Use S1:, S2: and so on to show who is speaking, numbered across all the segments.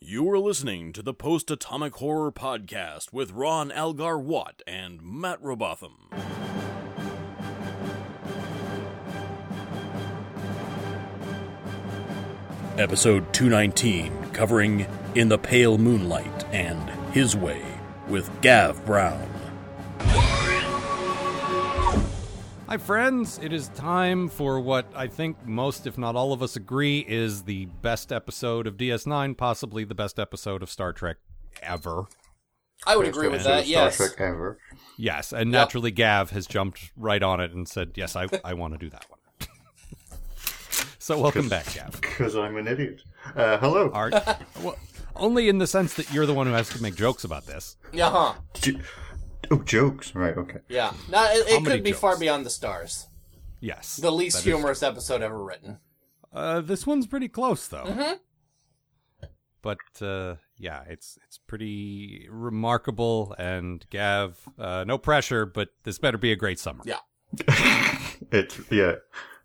S1: You are listening to the Post Atomic Horror Podcast with Ron Algar Watt and Matt Robotham. Episode 219, covering In the Pale Moonlight and His Way with Gav Brown.
S2: Hi, friends. It is time for what I think most, if not all of us, agree is the best episode of DS9, possibly the best episode of Star Trek ever.
S3: I would agree with that. Yes.
S4: Star Trek ever.
S2: Yes, and naturally, Gav has jumped right on it and said, Yes, I, I want to do that one. so, welcome back, Gav.
S4: Because I'm an idiot. Uh, hello.
S2: Art, well, only in the sense that you're the one who has to make jokes about this.
S3: Yeah. Huh.
S4: J- oh, jokes. Right, okay.
S3: Yeah. No, it, it
S2: Comedy
S3: could be far
S2: jokes.
S3: beyond the stars.
S2: Yes.
S3: The least
S2: that is-
S3: humorous episode ever written.
S2: Uh, this one's pretty close though. But uh, yeah, it's it's pretty remarkable. And Gav, uh, no pressure, but this better be a great summer.
S3: Yeah.
S4: It, yeah.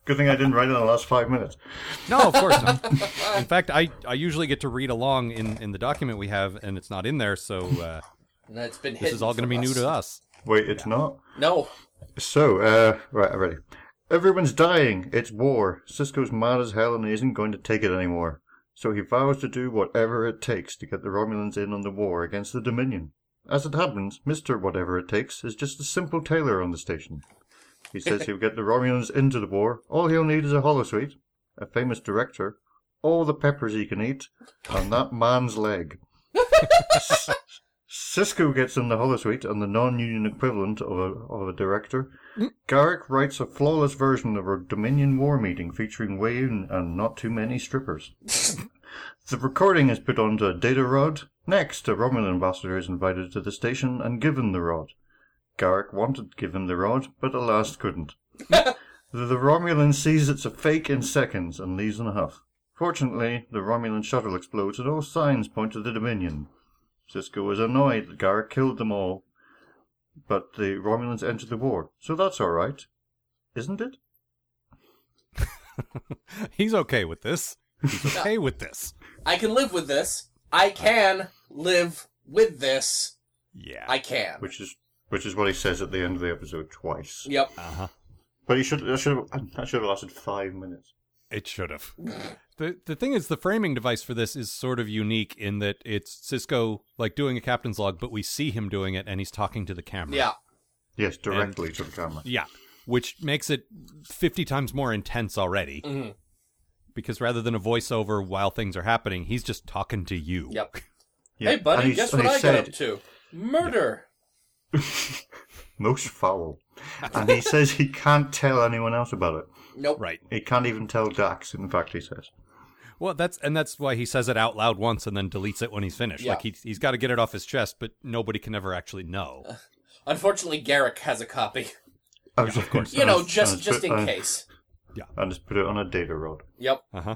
S4: Good thing I didn't write it in the last five minutes.
S2: No, of course not. in fact, I, I usually get to read along in, in the document we have, and it's not in there, so uh,
S3: And it's been
S2: this is all going to be new to us.
S4: Wait, it's not.
S3: No.
S4: So, uh, right, I'm ready. Everyone's dying. It's war. Cisco's mad as hell and he isn't going to take it anymore. So he vows to do whatever it takes to get the Romulans in on the war against the Dominion. As it happens, Mr. Whatever It Takes is just a simple tailor on the station. He says he'll get the Romulans into the war. All he'll need is a holosuite, a famous director, all the peppers he can eat, and that man's leg. Cisco gets in the holosuite and the non-union equivalent of a, of a director. Garrick writes a flawless version of a Dominion War meeting featuring Wayne and not too many strippers. the recording is put onto a data rod. Next, a Romulan ambassador is invited to the station and given the rod. Garrick wanted to give him the rod, but alas couldn't. the, the Romulan sees it's a fake in seconds and leaves in a huff. Fortunately, the Romulan shuttle explodes and all signs point to the Dominion. Cisco was annoyed that Garrick killed them all, but the Romulans entered the war, so that's all right, isn't it?
S2: He's okay with this. He's okay with this.
S3: I can live with this. I can live with this.
S2: Yeah.
S3: I can.
S4: Which is which is what he says at the end of the episode twice.
S3: Yep.
S2: um,
S4: But he should I should have that should have lasted five minutes.
S2: It should have. the The thing is, the framing device for this is sort of unique in that it's Cisco like doing a captain's log, but we see him doing it, and he's talking to the camera.
S3: Yeah.
S4: Yes, directly to the camera.
S2: yeah, which makes it fifty times more intense already.
S3: Mm-hmm.
S2: Because rather than a voiceover while things are happening, he's just talking to you.
S3: Yep.
S4: Yeah.
S3: Hey,
S4: and
S3: buddy,
S4: he's-
S3: guess
S4: and
S3: what
S4: he
S3: I
S4: said
S3: got up to? Murder.
S4: Most foul. and he says he can't tell anyone else about it.
S3: Nope.
S2: Right.
S4: He can't even tell Dax, in fact he says.
S2: Well, that's and that's why he says it out loud once and then deletes it when he's finished.
S3: Yeah.
S2: Like he, he's got to get it off his chest, but nobody can ever actually know.
S3: Unfortunately, Garrick has a copy.
S4: I was, of course.
S3: You know, just just in case.
S4: uh, And just put it on a data rod.
S3: Yep.
S2: Uh huh.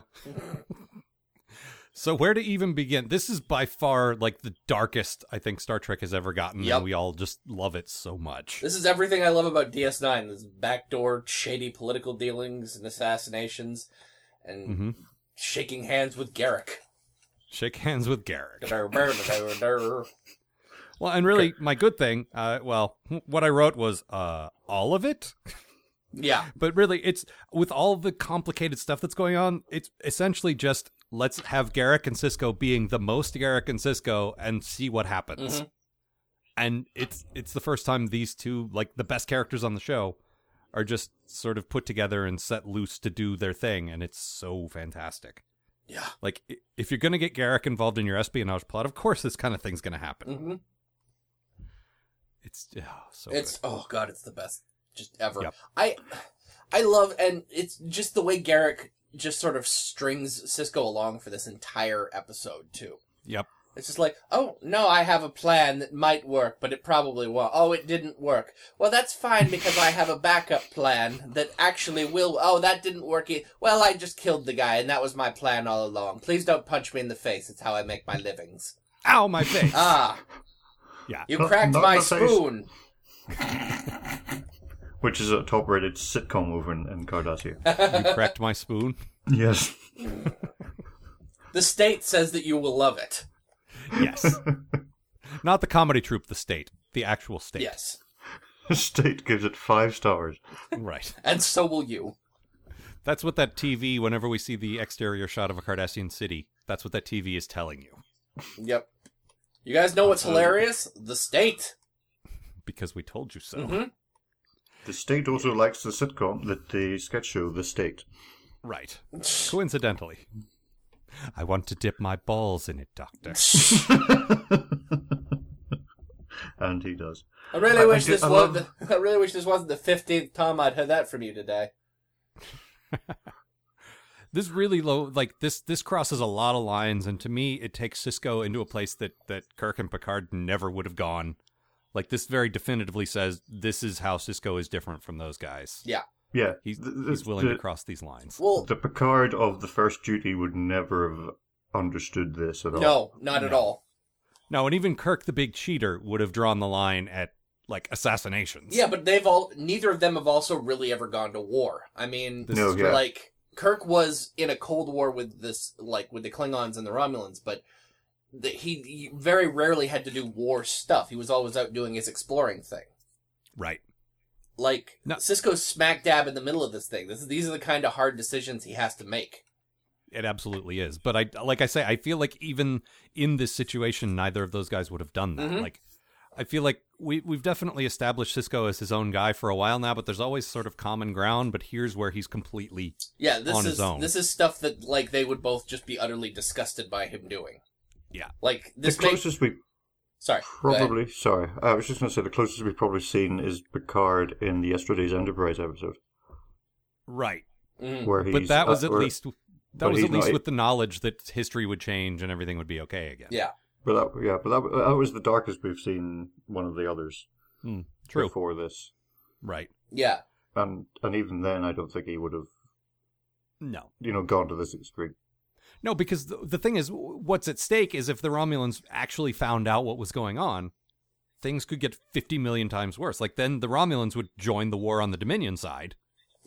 S2: so where to even begin? This is by far like the darkest I think Star Trek has ever gotten,
S3: Yep.
S2: and we all just love it so much.
S3: This is everything I love about DS9. This backdoor, shady political dealings and assassinations,
S2: Mm-hmm.
S3: and shaking hands with Garrick.
S2: Shake hands with Garrick.
S3: yeah.
S2: Well, and really, my good thing. Uh, well, what I wrote was uh, all of it, but really, it's with all the complicated stuff that's going on. It's essentially just let's have Garrick and Cisco being the most Garrick and Cisco, and see what happens.
S3: Mm-hmm.
S2: and it's it's the first time these two like the best characters on the show are just sort of put together and set loose to do their thing and it's so fantastic
S3: Yeah.
S2: like i- if you're going to get garrick involved in your espionage plot of course this kind of thing's going to happen
S3: hmm
S2: it's oh, so
S3: It's oh god, it's the best just ever.
S2: Yep.
S3: I I love and it's just the way Garrick just sort of strings Cisco along for this entire episode too.
S2: good. yep
S3: It's just like, oh no, I have a plan that might work, but it probably won't. Oh, it didn't work. Well, that's fine because I have a backup plan that actually will. Oh, that didn't work. E- well, I just killed the guy, and that was my plan all along. Please don't punch me in the face. It's how I make my livings.
S2: ow my face
S3: Ah,
S2: Yeah.
S3: you
S4: Not-
S3: cracked
S4: not
S3: my
S4: the face.
S3: spoon.
S4: Which is a top rated sitcom over in, in Cardassia.
S2: you cracked my spoon
S4: yes.
S3: The state says that you will love it.
S2: Yes. Not the comedy troupe, the state, the actual state.
S3: Yes.
S4: State gives it five stars.
S2: Right.
S3: And so will you.
S2: That's what that TV, whenever we see the exterior shot of a Cardassian city, that's what that TV is telling you.
S3: Yep. You guys know what's hilarious? The state.
S2: Because we told you so.
S3: Mhm.
S4: The state also likes the sitcom, the, the sketch show, The State.
S2: Right. Coincidentally. I want to dip my balls in it, Doctor.
S4: And he does.
S3: I really
S4: I- I
S3: wish
S4: do-
S3: this
S4: I
S3: was.
S4: love-
S3: I really wish this wasn't the fifteenth time I'd heard that from you today.
S2: this really low like this this crosses a lot of lines and to me it takes Cisco into a place that that Kirk and Picard never would have gone. Like this very definitively says this is how Cisco is different from those guys.
S4: Yeah.
S2: He's,
S4: th- th-
S2: he's willing
S4: the,
S2: to cross these lines.
S3: Well,
S4: The Picard of the first duty would never have understood this at all.
S3: no, not at
S2: No.
S3: all.
S2: No, and even Kirk the big cheater would have drawn the line at like assassinations.
S3: Yeah, but they've all. Neither of them have also really ever gone to war. I mean,
S2: This
S4: No,
S2: is
S4: yeah.
S2: true.
S3: like Kirk was in a cold war with this, like with the Klingons and the Romulans, but the, he, he very rarely had to do war stuff. He was always out doing his exploring thing.
S2: Right.
S3: Like
S2: No.
S3: Cisco's smack dab in the middle of this thing. This is, these are the kind of hard decisions he has to make.
S2: It absolutely is. But I like I say, I feel like even in this situation, neither of those guys would have done that.
S3: Mhm.
S2: Like I feel like we we've definitely established Cisco as his own guy for a while now, but there's always sort of common ground, but here's where he's completely
S3: Yeah, this
S2: On
S3: is
S2: his own.
S3: this is stuff that like they would both just be utterly disgusted by him doing.
S2: Yeah.
S3: like
S4: The
S3: this. makes
S4: closest we
S3: sorry, go ahead.
S4: probably, sorry, I was just going to say the closest we've probably seen is Picard in yesterday's Enterprise episode,
S2: Right.
S3: Mhm.
S4: where he's.
S2: But that was
S4: uh,
S2: at
S4: where-
S2: least that
S4: but
S2: was
S4: he's
S2: at least
S4: not-
S2: with the knowledge that history would change and everything would be okay again.
S3: Yeah,
S4: But that, yeah, but that, that was the darkest we've seen one of the others
S2: Hmm, true.
S4: before this,
S2: Right.
S3: yeah,
S4: and and even then, I don't think he would have,
S2: No.
S4: you know, gone to this extreme.
S2: No, because the, the thing is, w- what's at stake is if the Romulans actually found out what was going on, things could get 50 million times worse. Like, then the Romulans would join the war on the Dominion side,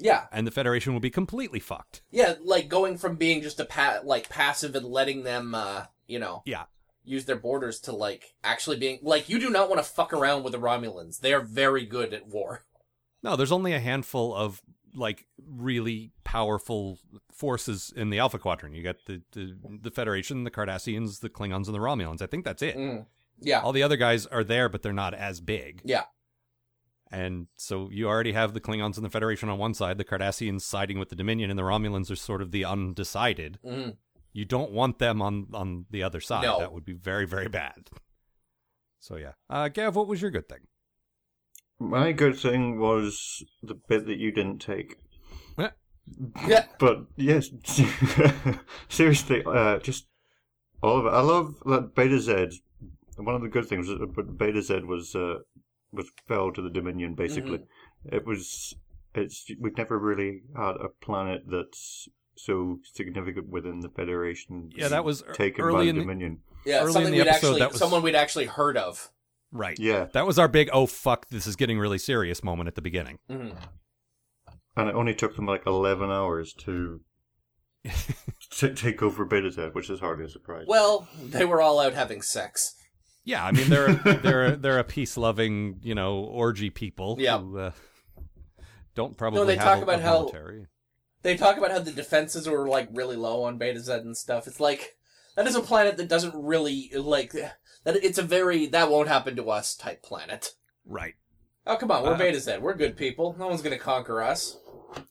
S3: yeah,
S2: and the Federation would be completely fucked.
S3: yeah. Like going from being just a pa- like passive and letting them, uh, you know,
S2: Yeah.
S3: use their borders to like actually being like you do not want to fuck around with the Romulans. They are very good at war.
S2: No, there's only a handful of, like, really powerful forces in the Alpha Quadrant. You got the, the, the Federation, the Cardassians, the Klingons, and the Romulans. I think that's it.
S3: Mm. Yeah,
S2: All the other guys are there, but they're not as big.
S3: Yeah.
S2: And so you already have the Klingons and the Federation on one side, the Cardassians siding with the Dominion, and the Romulans are sort of the undecided.
S3: Mhm.
S2: You don't want them on on the other side.
S3: No.
S2: That would be very very bad. So yeah, uh, Gav, what was your good thing?
S4: My good thing was the bit that you didn't take.
S3: yeah.
S4: But yes, seriously, uh, just all of it. I love that Beta Z. One of the good things, was- but Beta Z was uh, was fell to the Dominion. Basically, it was. It's we've never really had a planet that's so significant within the Federation.
S2: Yeah, that was ear-
S4: taken
S2: early
S4: by
S2: in
S4: the
S2: the-
S4: Dominion.
S3: Yeah,
S2: Early in
S3: something
S2: the
S3: we'd
S2: episode,
S3: actually,
S2: that was-
S3: someone we'd actually heard of.
S2: Right.
S4: Yeah,
S2: That was our big oh fuck this is getting really serious moment at the beginning.
S3: Mhm.
S4: and it only took them like eleven hours to t- take over Beta Z, which is hardly a surprise.
S3: Well, they were all out having sex.
S2: Yeah, I mean they're a, they're a, they're a peace loving you know orgy people.
S3: Yeah.
S2: Who, uh, don't probably
S3: they
S2: have
S3: talk
S2: a-
S3: about
S2: a
S3: how-
S2: military.
S3: they talk about how the defenses were like really low on Beta Z and stuff. It's like that is a planet that doesn't really like that. It's a very that won't happen to us type planet.
S2: Right.
S3: Oh come on, we're
S2: Uh,
S3: Beta Z. We're good people. No one's gonna conquer us.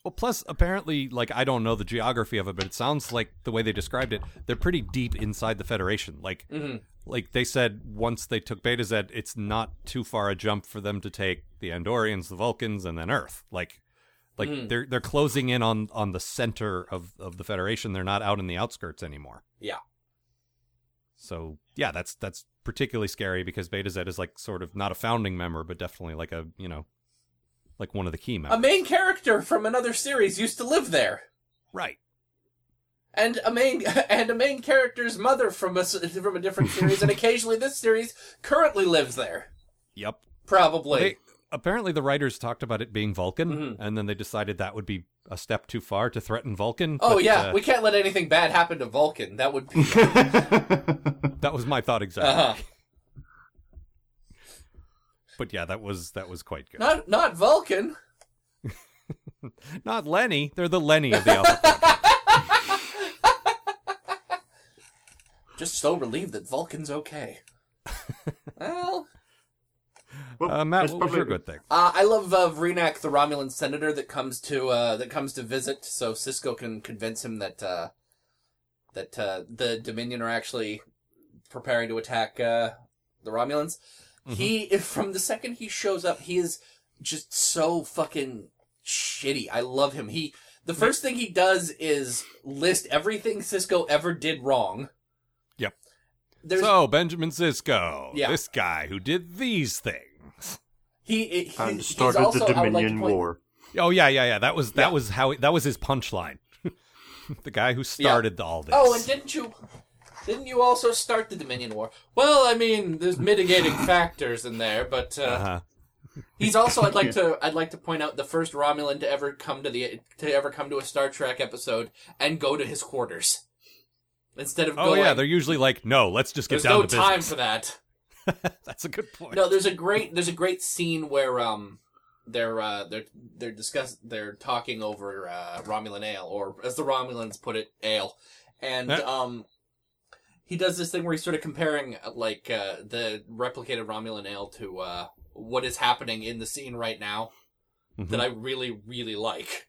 S2: Well, plus apparently, like I don't know the geography of it, but it sounds like the way they described it, they're pretty deep inside the Federation. Like,
S3: Mhm.
S2: like they said, once they took Beta Z, it's not too far a jump for them to take the Andorians, the Vulcans, and then Earth. Like, like
S3: Mm.
S2: they're they're closing in on on the center of of the Federation. They're not out in the outskirts anymore.
S3: Yeah.
S2: So yeah, that's that's particularly scary because Beta Z is like sort of not a founding member, but definitely like a you know, like one of the key members.
S3: A main character from another series used to live there,
S2: right.
S3: and a main and a main character's mother from a s- from a different series, and occasionally this series currently lives there.
S2: Yep.
S3: Probably.
S2: They, apparently the writers talked about it being Vulcan,
S3: Mm-hmm.
S2: and then they decided that would be a step too far to threaten Vulcan.
S3: Oh
S2: but,
S3: yeah,
S2: uh,
S3: we can't let anything bad happen to Vulcan. That would be
S2: that was my thought exactly.
S3: uh-huh.
S2: But yeah, that was that was quite good.
S3: not not Vulcan.
S2: Not Lenny. They're the Lenny of the alpha.
S3: Just so relieved that Vulcan's okay. well,
S4: Well,
S2: Uh, Matt,
S4: it's
S2: what was your good thing?
S3: uh, I love uh, Vrenak, the Romulan senator that comes to uh, that comes to visit, so Cisco can convince him that uh, that uh, the Dominion are actually preparing to attack uh, the Romulans. He, if from the second he shows up, he is just so fucking shitty. I love him. He, the first thing he does is list everything Cisco ever did wrong.
S2: Yep.
S3: There's
S2: So Benjamin Sisko,
S3: Yeah.
S2: this guy who did these things.
S3: he, he
S4: and
S3: he's
S4: started
S3: also,
S4: the
S3: I would like to
S4: Dominion
S3: point-
S4: War.
S2: Oh yeah, yeah, yeah. That was that was how that was his punchline. the guy who started all this.
S3: Oh, and didn't you didn't you also start the Dominion War? Well, I mean, there's mitigating factors in there, but uh,
S2: Uh-huh.
S3: he's also I'd like to I'd like to point out the first Romulan to ever come to the to ever come to a Star Trek episode and go to his quarters instead of
S2: oh
S3: going.
S2: yeah, they're usually like, no, let's just get
S3: there's
S2: down
S3: no
S2: to business.
S3: time for that.
S2: That's a good point.
S3: No, there's a great there's a great scene where um they're uh they're they're discuss they're talking over uh Romulan ale or as the Romulans put it ale and
S2: Yeah.
S3: um he does this thing where he's sort of comparing uh, like uh the replicated Romulan ale to uh what is happening in the scene right now
S2: Mhm.
S3: that I really really like.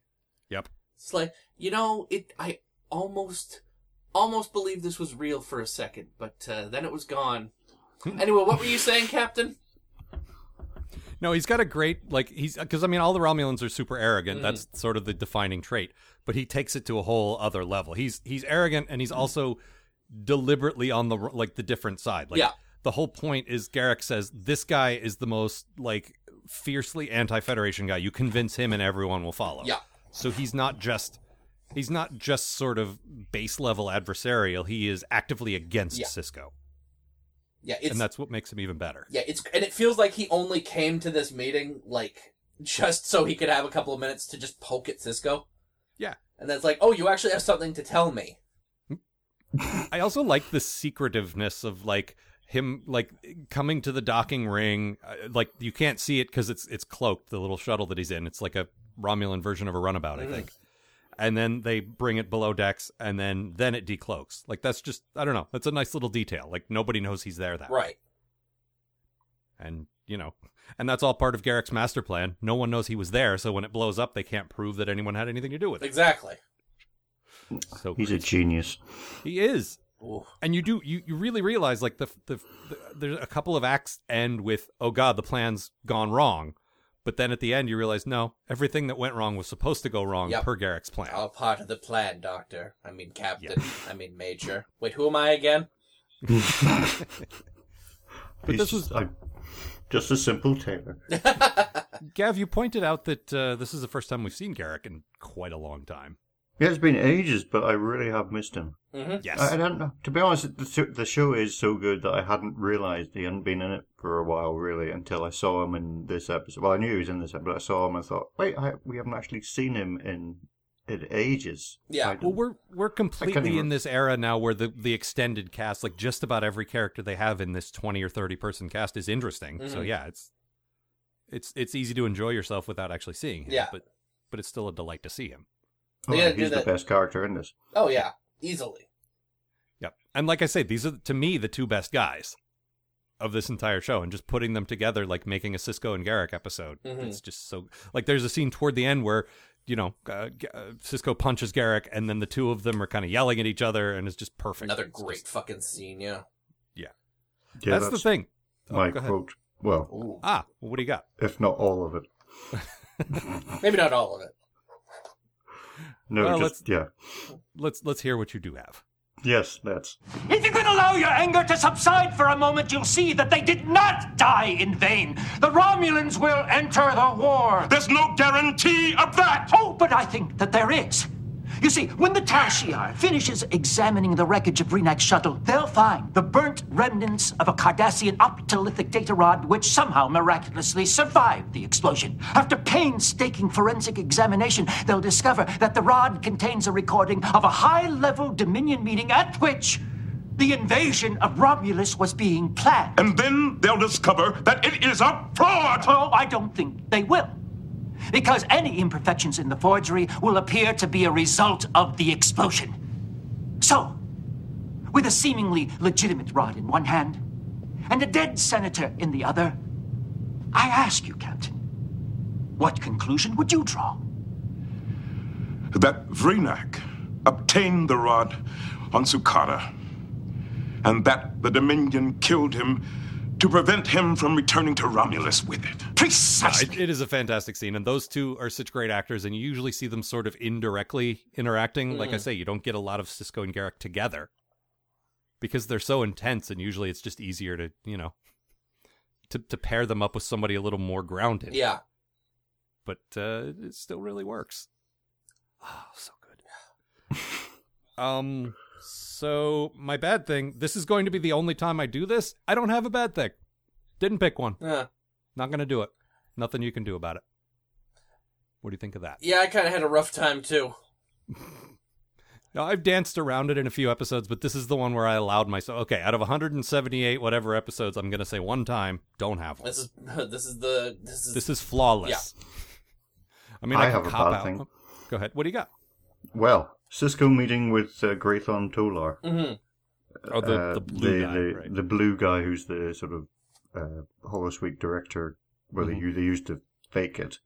S2: Yep.
S3: It's like, you know, it I almost almost believed this was real for a second, but uh, then it was gone. anyway, what were you saying, Captain?
S2: No, he's got a great like he's because I mean all the Romulans are super arrogant. That's
S3: Mm-hmm.
S2: sort of the defining trait. But he takes it to a whole other level. He's he's arrogant and
S3: Mm-hmm.
S2: he's also deliberately on the r- like the different side. Like
S3: Yeah.
S2: the whole point is Garrick says this guy is the most like fiercely anti-federation guy. You convince him and everyone will follow.
S3: Yeah.
S2: So he's not just he's not just sort of base level adversarial. He is actively against
S3: Yeah.
S2: Cisco.
S3: Yeah, it's
S2: and that's what makes him even better.
S3: yeah, it's and it feels like he only came to this meeting like just so he could have a couple of minutes to just poke at Cisco.
S2: Yeah.
S3: And that's like, oh, you actually have something to tell me.
S2: I also like the secretiveness of like him like coming to the docking ring uh, like you can't see it because it's it's cloaked the little shuttle that he's in it's like a romulan version of a runabout
S3: Mm-hmm.
S2: i think and then they bring it below decks and then then it decloaks like that's just i don't know that's a nice little detail like nobody knows he's there that way.
S3: Mm, Right.
S2: and you know and that's all part of garrick's master plan no one knows he was there so when it blows up they can't prove that anyone had anything to do with it
S3: Exactly.
S2: so
S4: He's a genius.
S2: he is
S3: Ooh.
S2: and you do you, you really realize like the, the the there's a couple of acts end with oh god the plan's gone wrong but then at the end you realize no everything that went wrong was supposed to go wrong
S3: Yep.
S2: per garrick's plan
S3: All part of the plan, Doctor. I mean Captain. I mean Major. Wait, who am I again?
S4: He's
S2: this was-
S4: just, I'm just a simple tailor.
S2: gav you pointed out that uh, this is the first time we've seen garrick in quite a long time
S4: Yeah, it's been ages, but I really have missed him.
S3: Mm-hmm.
S2: yes
S4: I, I don't know. To be honest, the, sh- the show is so good that I hadn't realised he hadn't been in it for a while, really, until I saw him in this episode. Well, I knew he was in this episode, but I saw him and thought, wait, I, we haven't actually seen him in in ages.
S3: Yeah.
S4: I didn't-
S2: well we're we're completely
S4: even-
S2: in this era now where the the extended cast like just about every character they have in this 20 or 30 person cast is interesting
S3: Mm-hmm.
S2: so yeah it's it's it's easy to enjoy yourself without actually seeing him
S3: Yeah.
S2: but but it's still a delight to see him
S4: Oh,
S3: They gotta do
S4: he's the
S3: that-
S4: best character in this.
S3: Oh yeah. Easily.
S2: Yep. And like I say, these are to me the two best guys of this entire show, and just putting them together, like making a Cisco and Garrick episode,
S3: Mm-hmm.
S2: it's just so. Like, there's a scene toward the end where you know uh, G- uh, Cisco punches Garrick, and then the two of them are kind of yelling at each other, and it's just perfect.
S3: Another
S2: It's
S3: great
S2: just-
S3: fucking scene, yeah.
S4: Yeah,
S2: that's, the thing. Oh,
S4: My
S2: go ahead.
S4: quote. Well,
S3: Ooh.
S2: Ah, well, what do you got?
S4: if not all of it.
S3: Maybe not all of it.
S4: No,
S2: Well,
S4: just, yeah.
S2: Let's let's hear what you do have.
S4: Yes, that's.
S5: If you could allow your anger to subside for a moment, you'll see that they did not die in vain. The Romulans will enter the war.
S6: There's no guarantee of that!
S5: Oh, but I think that there is. You see, when the Tal Shiar finishes examining the wreckage of Renak's shuttle, they'll find the burnt remnants of a Cardassian optolithic data rod which somehow miraculously survived the explosion. After painstaking forensic examination, they'll discover that the rod contains a recording of a high level Dominion meeting at which the invasion of Romulus was being planned.
S6: And then they'll discover that it is a fraud!
S5: Oh, I don't think they will. Because any imperfections in the forgery will appear to be a result of the explosion. So, with a seemingly legitimate rod in one hand and a dead senator in the other, I ask you, Captain, what conclusion would you draw?
S6: That Vrenak obtained the rod on Sukata, and that the Dominion killed him to prevent him from returning to Romulus with it.
S5: Precisely.
S2: It, it is a fantastic scene, and those two are such great actors, and you usually see them sort of indirectly interacting. Like I say, you don't get a lot of Cisco and Garrick together because they're so intense, and usually it's just easier to you know to to pair them up with somebody a little more grounded.
S3: Yeah.
S2: but uh, it still really works. Oh, so good. um. So my bad thing. This is going to be the only time I do this. I don't have a bad thing. Didn't pick one.
S3: Uh,
S2: Not gonna do it. Nothing you can do about it. What do you think of that?
S3: yeah, I kind of had a rough time too.
S2: Now, I've danced around it in a few episodes, but this is the one where I allowed myself. Okay, out of 178 whatever episodes, I'm gonna say one time, don't have one.
S3: This is this is the this is
S2: This is flawless. I mean, I,
S4: I
S2: can
S4: have a
S2: cop
S4: bad
S2: out.
S4: thing.
S2: Go ahead. What do you got?
S4: Well, Cisco meeting with uh, Graython Tolar.
S3: Mm-hmm.
S2: Oh, the,
S4: uh,
S2: the blue
S4: the,
S2: guy.
S4: the,
S2: right.
S4: the blue guy who's the sort of uh, Holosuite director. Well, they u- they used to fake it.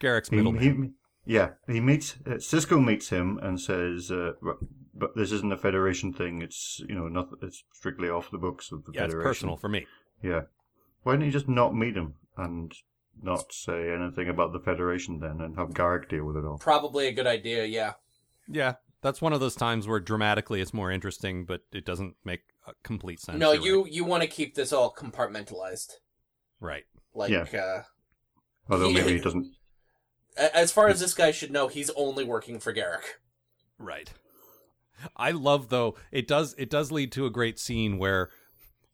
S2: Garrick's
S4: He,
S2: Mm-hmm. middle
S4: he-
S2: name.
S4: yeah, he meets uh, Cisco meets him and says, uh, "But- "But this isn't a Federation thing. It's you know not, It's strictly off the books of the
S2: Yeah, it's
S4: Federation."
S2: personal for me.
S4: Yeah. Why don't you just not meet him and not say anything about the Federation then, and have Garrick deal with it all?
S3: probably a good idea. Yeah.
S2: Yeah, that's one of those times where dramatically it's more interesting, but it doesn't make uh, complete sense.
S3: no,
S2: You're
S3: you
S2: right.
S3: you want to keep this all compartmentalized.
S2: right.
S3: Like
S4: Yeah.
S3: uh,
S4: Although
S3: Yeah.
S4: maybe he doesn't.
S3: a- as far as this guy should know, he's only working for Garrick.
S2: Right. I love though it does it does lead to a great scene where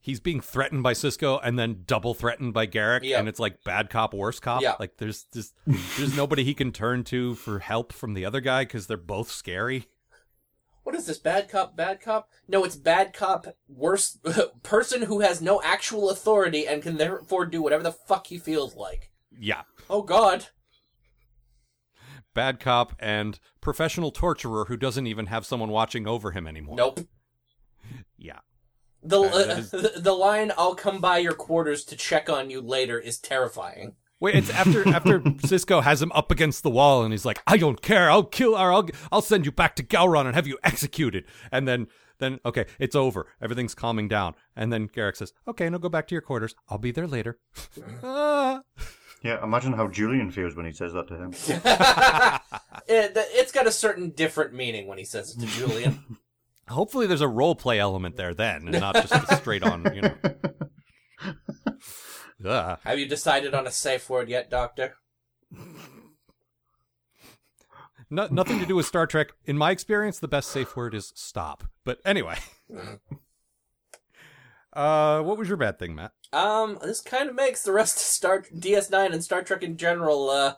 S2: he's being threatened by Cisco and then double threatened by Garrick
S3: Yeah.
S2: and it's like bad cop worse cop.
S3: Yeah.
S2: Like there's just there's nobody he can turn to for help from the other guy cuz they're both scary.
S3: What is this bad cop? Bad cop? No, it's bad cop. Worse person who has no actual authority and can therefore do whatever the fuck he feels like.
S2: Yeah.
S3: Oh God.
S2: Bad cop and professional torturer who doesn't even have someone watching over him anymore.
S3: Nope.
S2: Yeah.
S3: The
S2: Uh, that is-
S3: uh, the line "I'll come by your quarters to check on you later" is terrifying.
S2: Wait, it's after after Cisco has him up against the wall, and he's like, "I don't care. I'll kill. Or I'll I'll send you back to Gowron and have you executed." And then then okay, it's over. Everything's calming down. And then Garrick says, "Okay, now go back to your quarters. I'll be there later." Ah.
S4: Yeah, imagine how Julian feels when he says that to him.
S3: It, th- it's got a certain different meaning when he says it to Julian.
S2: Hopefully, there's a role play element there then, and not just a straight on. You know. Ah.
S3: Have you decided on a safe word yet, Doctor?
S2: No, nothing to do with Star Trek. In my experience, the best safe word is stop. But anyway. Uh, what was your bad thing, Matt?
S3: Um, this kind of makes the rest of Star DS9 and Star Trek in general uh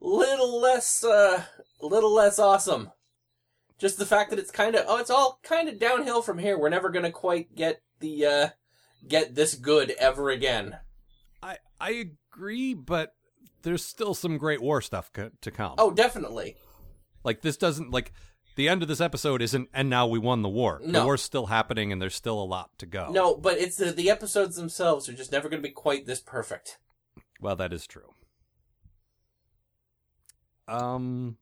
S3: little less uh little less awesome. Just the fact that it's kind of oh, it's all kind of downhill from here. We're never going to quite get the uh get this good ever again.
S2: I I agree, but there's still some great war stuff co- to come.
S3: Oh, definitely.
S2: like this doesn't like the end of this episode isn't and now we won the war. The
S3: No.
S2: war's still happening and there's still a lot to go.
S3: No, but it's the, the episodes themselves are just never going to be quite this perfect.
S2: Well, that is true. Um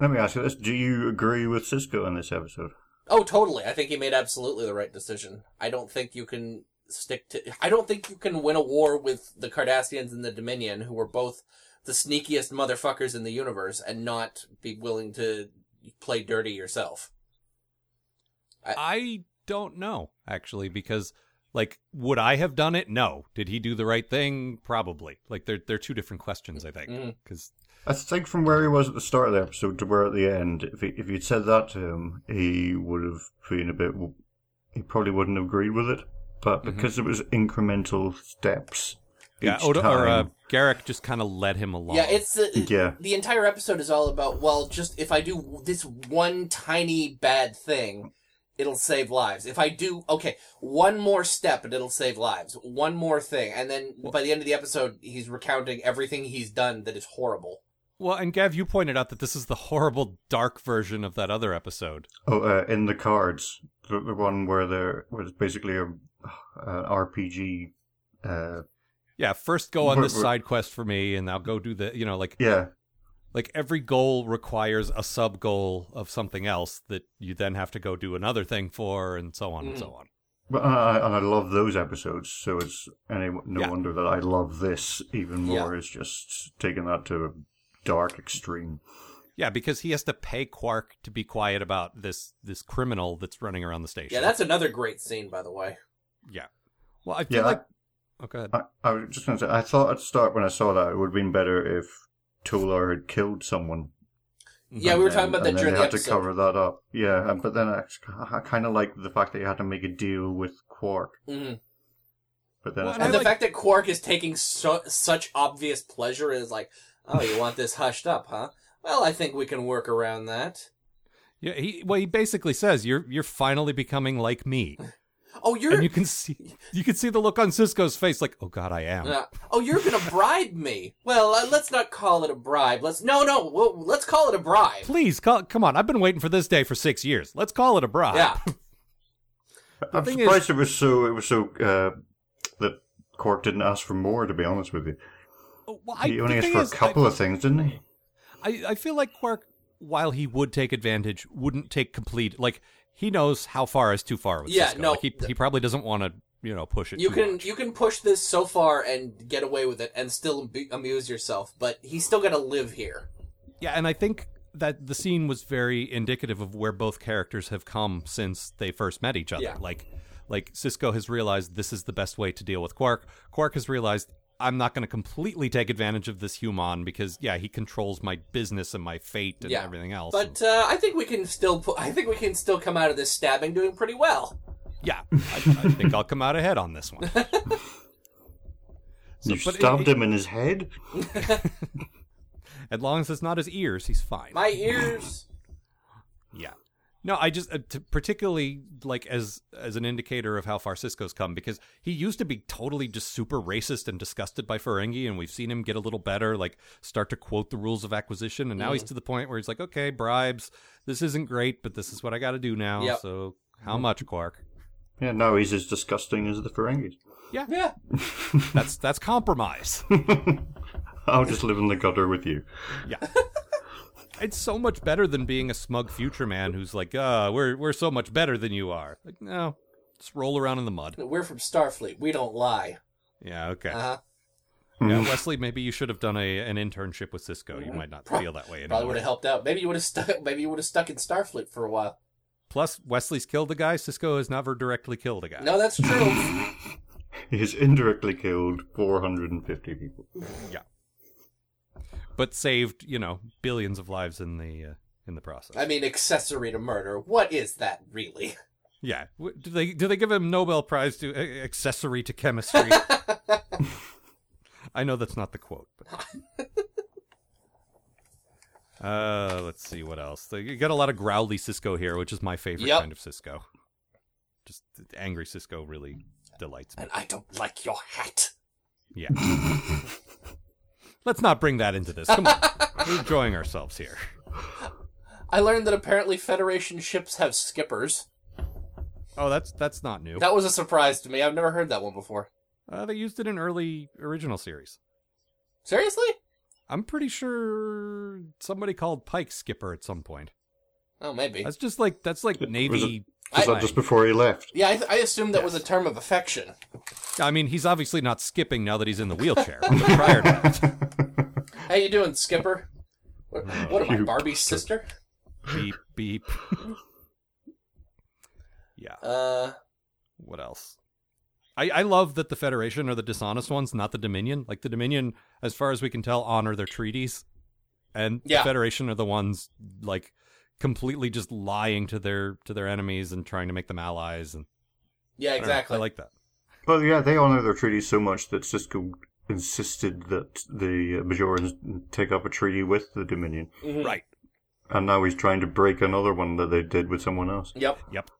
S4: Let me ask you this: Do you agree with Cisco in this episode?
S3: Oh, totally. I think he made absolutely the right decision. I don't think you can stick to. I don't think you can win a war with the Cardassians and the Dominion, who are both the sneakiest motherfuckers in the universe, and not be willing to play dirty yourself.
S2: I don't know actually because Like, would I have done it? No. Did he do the right thing? Probably. Like, they're they're two different questions, I
S3: Mm-hmm.
S2: think. Because
S4: I think from where he was at the start of the episode to where at the end, if he, if you'd said that to him, he would have been a bit. He probably wouldn't have agreed with it, but because it was incremental steps,
S2: yeah,
S4: each
S2: Oda, or uh,
S4: time-
S2: Garrick just kind of led him along.
S3: Yeah, it's the
S4: Yeah.
S3: the entire episode is all about well, just if I do this one tiny bad thing, it'll save lives. If I do okay, one more step and it'll save lives. One more thing, and then by the end of the episode, he's recounting everything he's done that is horrible.
S2: well, and Gav, you pointed out that this is the horrible dark version of that other episode.
S4: Oh, uh, in the cards, the, the one where there was basically a, an RPG. Uh,
S2: Yeah, first go on
S4: We're-
S2: this
S4: we're-
S2: side quest for me, and I'll go do the you know like
S4: yeah,
S2: like every goal requires a sub goal of something else that you then have to go do another thing for, and so on and
S3: Mm.
S2: so on.
S4: but and I, and I love those episodes, so it's and it- no
S2: Yeah.
S4: wonder that I love this even
S3: Yeah.
S4: more. It's just taking that to a dark extreme.
S2: Yeah, because he has to pay Quark to be quiet about this this criminal that's running around the station.
S3: Yeah, that's another great scene, by the way.
S2: yeah. Well, I feel
S4: Yeah, I-
S2: like oh, go ahead.
S4: I, I was just going to say, I thought at the start when I saw that it would have been better if Tolar had killed someone.
S2: Mm-hmm.
S3: Yeah, we were talking
S4: and-
S3: about that
S4: and then
S3: during
S4: they
S3: the
S4: had
S3: episode.
S4: to cover that up. Yeah, and, but then I, I kind of like the fact that you had to make a deal with Quark.
S3: Mhm.
S4: But then
S2: Well,
S4: I-
S2: and I
S3: And the
S2: like-
S3: fact that Quark is taking so, such obvious pleasure is like, oh, you want this hushed up, huh? Well, I think we can work around that.
S2: Yeah, he well he basically says you're you're finally becoming like me,
S3: Oh, you're
S2: and you can see you can see the look on Cisco's face like oh god I am.
S3: Uh, oh, you're gonna bribe me? Well, uh, let's not call it a bribe. Let's no, no. Well, let's call it a bribe.
S2: Please call come on I've been waiting for this day for six years. Let's call it a bribe.
S3: Yeah,
S4: I'm
S2: thing
S4: surprised it was so. It was so uh, that Cork didn't ask for more. To be honest with you,
S2: Oh, Well,
S4: he
S2: the
S4: only asked
S2: thing
S4: for a
S2: is, I-
S4: couple of things, didn't he?
S2: I, I feel like Quark, while he would take advantage, wouldn't take complete. Like he knows how far is too far with
S3: Yeah,
S2: Sisko.
S3: no,
S2: Like, he, he probably doesn't want to you know push it.
S3: you
S2: too
S3: can
S2: much.
S3: you can push this so far and get away with it and still be, amuse yourself, but he's still gonna live here.
S2: yeah, and I think that the scene was very indicative of where both characters have come since they first met each other.
S3: Yeah.
S2: Like like Cisco has realized this is the best way to deal with Quark. Quark has realized. I'm not going to completely take advantage of this human because, yeah, he controls my business and my fate and
S3: Yeah,
S2: everything else.
S3: But uh, I think we can still pu- I think we can still come out of this stabbing doing pretty well.
S2: Yeah, I, I think I'll come out ahead on this one.
S4: you
S2: but it-
S4: stabbed
S2: it-
S4: him in his head.
S2: As long as it's not his ears, he's fine.
S3: My ears.
S2: yeah. No, I just uh, t- particularly like as as an indicator of how far Cisco's come because he used to be totally just super racist and disgusted by Ferengi, and we've seen him get a little better, like start to quote the rules of acquisition, and now he's to the point where he's like, okay, bribes, this isn't great, but this is what I got to do now.
S3: Yep.
S2: So how much, Quark?
S4: Yeah, now he's as disgusting as the Ferengis.
S3: Yeah.
S2: That's that's compromise.
S4: I'll just live in the gutter with you.
S2: It's so much better than being a smug future man who's like, uh, we're we're so much better than you are. Like, no, just roll around in the mud.
S3: We're from Starfleet. We don't lie.
S2: Yeah, okay.
S3: Uh-huh.
S2: Yeah, Wesley, maybe you should have done a an internship with Cisco. You might not feel that way anymore.
S3: Probably would have helped out. Maybe you would have stuck. Maybe you would have stuck in Starfleet for a while.
S2: Plus, Wesley's killed a guy. Cisco has never directly killed a guy.
S3: No, that's true.
S4: He has indirectly killed 450 people.
S2: but saved you know billions of lives in the uh, in the process.
S3: I mean, accessory to murder. What is that really?
S2: yeah, W- do they do they give him Nobel Prize to uh, accessory to chemistry? I know that's not the quote, but. Uh, let's see what else. They- You got a lot of growly Cisco here, which is my favorite
S3: Yep.
S2: kind of Cisco. Just angry Cisco really delights me.
S3: And I don't like your hat.
S2: Yeah. Let's not bring that into this. Come on. We're enjoying ourselves here.
S3: I learned that apparently Federation ships have skippers.
S2: Oh, that's that's not new.
S3: That was a surprise to me. I've never heard that one before.
S2: Uh, they used it in early original series.
S3: Seriously?
S2: I'm pretty sure somebody called Pike Skipper at some point.
S3: Oh, maybe.
S2: That's just like that's like Navy.
S4: Was
S3: I-
S4: that just before he left?
S3: Yeah, I, I assumed that was a term of affection.
S2: I mean, he's obviously not skipping now that he's in the wheelchair. But prior to that,
S3: How you doing, Skipper? What, what am I,
S4: you
S3: Barbie's sister?
S2: beep beep. Yeah.
S3: Uh,
S2: What else? I, I love that the Federation are the dishonest ones, not the Dominion. Like the Dominion, as far as we can tell, honor their treaties, and
S3: Yeah.
S2: the Federation are the ones like completely just lying to their to their enemies and trying to make them allies. And
S3: Yeah,
S2: I don't know,
S3: exactly.
S2: I like that.
S4: But yeah, they honor their treaties so much that Cisco insisted that the Bajorans take up a treaty with the Dominion.
S2: Right.
S4: And now he's trying to break another one that they did with someone else.
S3: Yep.
S2: Yep.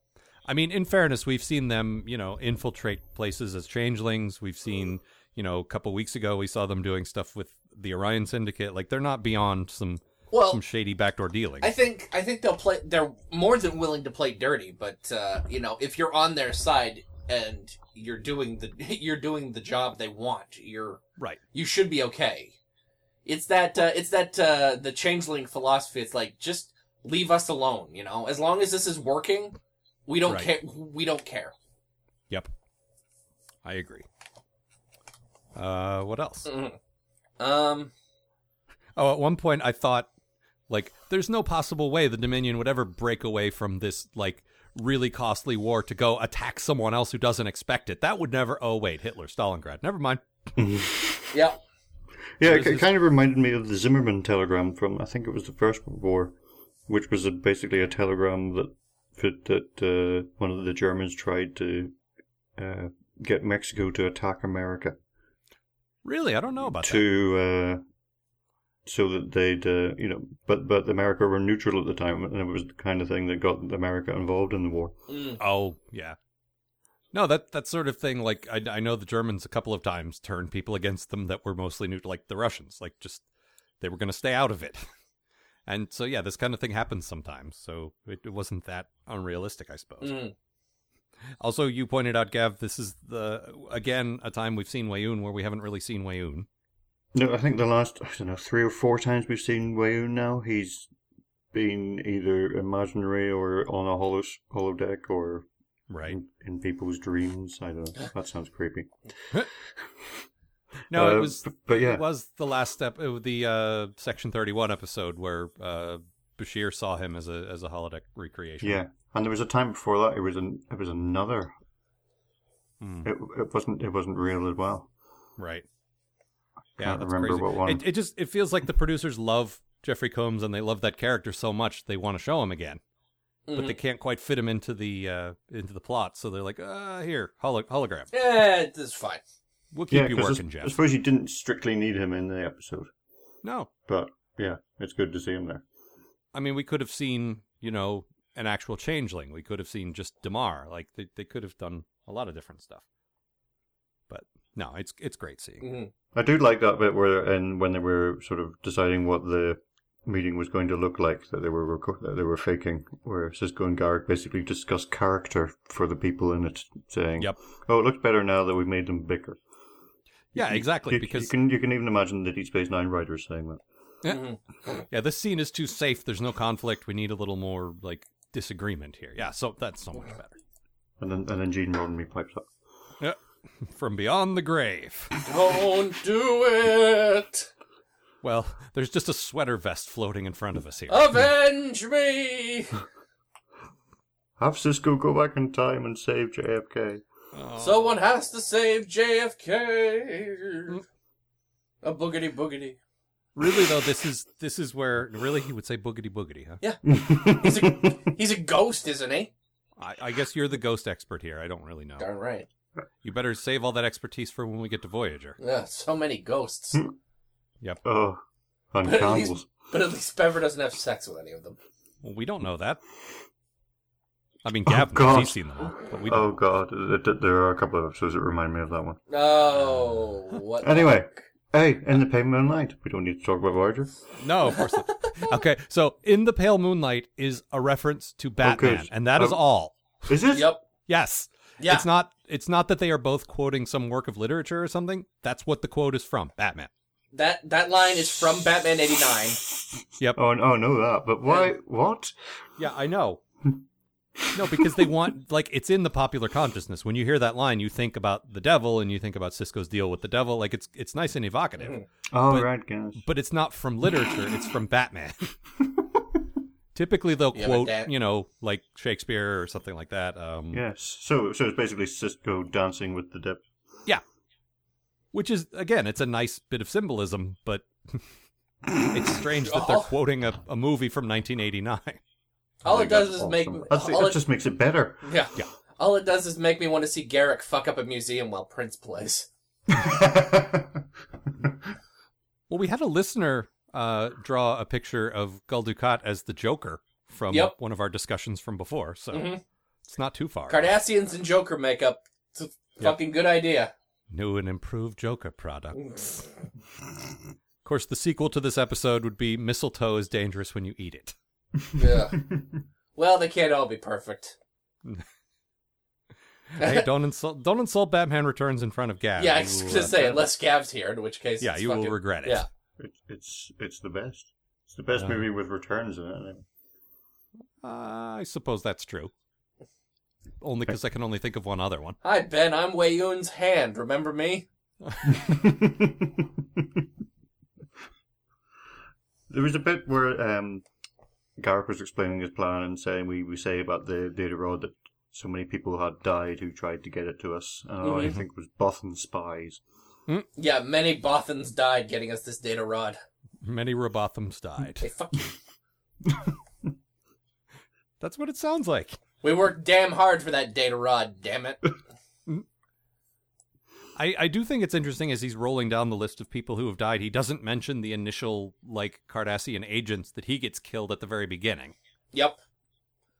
S2: I mean, in fairness, we've seen them, you know, infiltrate places as changelings. We've seen, you know, a couple weeks ago, we saw them doing stuff with the Orion Syndicate. Like they're not beyond some
S3: Well-
S2: some shady backdoor dealing.
S3: I think I think they'll play. They're more than willing to play dirty, but uh, you know, if you're on their side and you're doing the you're doing the job they want, you're
S2: right.
S3: you should be okay. It's that uh, it's that uh, the changeling philosophy. It's like just leave us alone. You know, as long as this is working, we don't
S2: Right.
S3: care. We don't care.
S2: Yep. I agree. Uh, what else?
S3: Um,
S2: Oh, at one point I thought, like, there's no possible way the Dominion would ever break away from this, like, really costly war to go attack someone else who doesn't expect it. That would never. Oh, wait, Hitler, Stalingrad. Never mind.
S3: yeah,
S4: Yeah, it, it kind of reminded me of the Zimmerman telegram from I think it was the First War, which was a, basically a telegram that that, that uh, one of the Germans tried to uh, get Mexico to attack America
S2: Really, I don't know about that.
S4: to uh, so that they'd uh, you know, but but America were neutral at the time, and it was the kind of thing that got America involved in the war.
S2: Oh, yeah. No, that that sort of thing. Like, I, I know the Germans a couple of times turned people against them that were mostly new, like the Russians. Like, just they were going to stay out of it. And so, yeah, this kind of thing happens sometimes. So it, it wasn't that unrealistic, I suppose.
S3: Mm.
S2: Also, you pointed out, Gav, this is the again a time we've seen Wayoon where we haven't really seen Wayoon.
S4: No, I think the last I don't know three or four times we've seen Wayoon now, he's been either imaginary or on a hollow holodeck or
S2: Right.
S4: in, in people's dreams. I don't know. That sounds creepy.
S2: No, it
S4: Uh,
S2: was
S4: b- but yeah.
S2: it was the last step of the uh, section 31 episode where uh, Bashir saw him as a as a holodeck recreation.
S4: Yeah, and there was a time before that. It was an it was another.
S2: Hmm.
S4: It it wasn't it wasn't real as well.
S2: Right.
S4: Can't remember what one.
S2: It, it just it feels like the producers love Jeffrey Combs and they love that character so much they want to show him again, but they can't quite fit him into the uh, into the plot. So they're like, uh, here, holo- hologram.
S3: yeah, Eh, this is fine.
S2: We'll keep
S4: Yeah,
S2: you
S4: 'cause I s-
S2: working,
S4: I
S2: Jeff.
S4: suppose you didn't strictly need him in the episode,
S2: No,
S4: but yeah, it's good to see him there.
S2: I mean, we could have seen, you know, an actual changeling. We could have seen just Damar. Like they, they could have done a lot of different stuff. But no, it's it's great seeing.
S3: Mm-hmm.
S4: I do like that bit where, and when they were sort of deciding what the meeting was going to look like, that they were reco- that they were faking, where Cisco and Garrick basically discuss character for the people in it, saying,
S2: Yep.
S4: "Oh, it looks better now that we've made them bicker."
S2: Yeah, exactly.
S4: You-
S2: Because
S4: you can you can even imagine the Deep Space Nine writers saying that.
S2: yeah, this scene is too safe. There's no conflict. We need a little more like disagreement here. Yeah, so that's so much better.
S4: And then and then Gene Roddenberry pipes up.
S2: Yeah. From beyond the grave.
S3: Don't do it.
S2: Well, there's just a sweater vest floating in front of us here.
S3: Avenge me.
S4: Have Cisco go back in time and save JFK.
S3: Someone has to save JFK. A boogity boogity.
S2: Really though, this is this is where really he would say boogity boogity, huh?
S3: He's a he's a ghost, isn't he?
S2: I, I guess you're the ghost expert here. I don't really know.
S3: Darn right.
S2: You better save all that expertise for when we get to Voyager.
S3: Yeah, so many ghosts.
S4: Hmm, Oh, and
S3: But at, least,
S4: Campbell's.
S3: but at least Bever doesn't have sex with any of them.
S2: Well, we don't know that. I mean, Gavin,
S4: God.
S2: he's seen them all, but we
S4: Oh
S2: don't.
S4: God, th- th- there are a couple of episodes that remind me of that one.
S3: No. Oh, What?
S4: Anyway, hey, in the pale moonlight, we don't need to talk about Voyager.
S2: No, of course not. okay, so in the pale moonlight is a reference to Batman,
S4: good.
S2: and that is
S4: Oh.
S2: all.
S4: Is this?
S3: Yep.
S2: Yes.
S3: Yeah.
S2: It's not. It's not that they are both quoting some work of literature or something. That's what the quote is from Batman.
S3: That that line is from Batman '89.
S4: Oh, no, I know that, but why? What?
S2: Yeah, I know. No, because they want like it's in the popular consciousness. When you hear that line, you think about the devil and you think about Cisco's deal with the devil. Like it's it's nice and
S3: Hmm.
S2: evocative.
S4: Oh, right, guys.
S2: but it's not from literature, it's from Batman. Typically, they'll
S3: Yeah, but
S2: quote,
S3: that-
S2: you know, like Shakespeare or something like that. Um,
S4: Yes. So so it's basically Cisco dancing with the dip.
S2: Which is, again, it's a nice bit of symbolism, but it's strange that they're
S3: Oh.
S2: quoting a, a movie from 1989.
S3: All it does is
S4: That's awesome.
S3: make
S4: That's-
S3: all
S4: that
S3: it,
S4: just makes it better.
S3: yeah. All it does is make me want to see Garrick fuck up a museum while Prince plays.
S2: Well, we had a listener uh, draw a picture of Gul Dukat as the Joker from
S3: Yep.
S2: one of our discussions from before, so
S3: Mhm.
S2: it's not too far.
S3: Cardassians and Joker makeup. It's a fucking good idea.
S2: New and improved Joker product. Of course, the sequel to this episode would be Mistletoe is Dangerous When You Eat It.
S3: Yeah. well, they can't all be perfect.
S2: hey, don't insult don't insult Batman Returns in front of Gav.
S3: yeah, I
S2: You
S3: was
S2: will,
S3: gonna
S2: uh,
S3: say unless Gav's here, in which case,
S2: Yeah,
S3: it's
S2: you will
S3: fucking-
S2: regret it.
S3: Yeah,
S4: It, it's it's the best. It's the best
S2: Yeah.
S4: movie with returns in it.
S2: uh, I suppose that's true. Only because I can only think of one other one.
S3: hi Ben, I'm Wei Yun's hand. Remember me?
S4: there was a bit where um, Garrick was explaining his plan and saying we, we say about the data rod that so many people had died who tried to get it to us, and all
S2: Mm-hmm.
S4: I think was Bothan spies.
S3: Yeah, many Bothans died getting us this data rod.
S2: Many Robothams died.
S3: Hey, fuck you.
S2: That's what it sounds like.
S3: We worked damn hard for that data rod. Damn it.
S2: I, I do think it's interesting as he's rolling down the list of people who have died, he doesn't mention the initial, like, Cardassian agents that he gets killed at the very beginning,
S3: yep.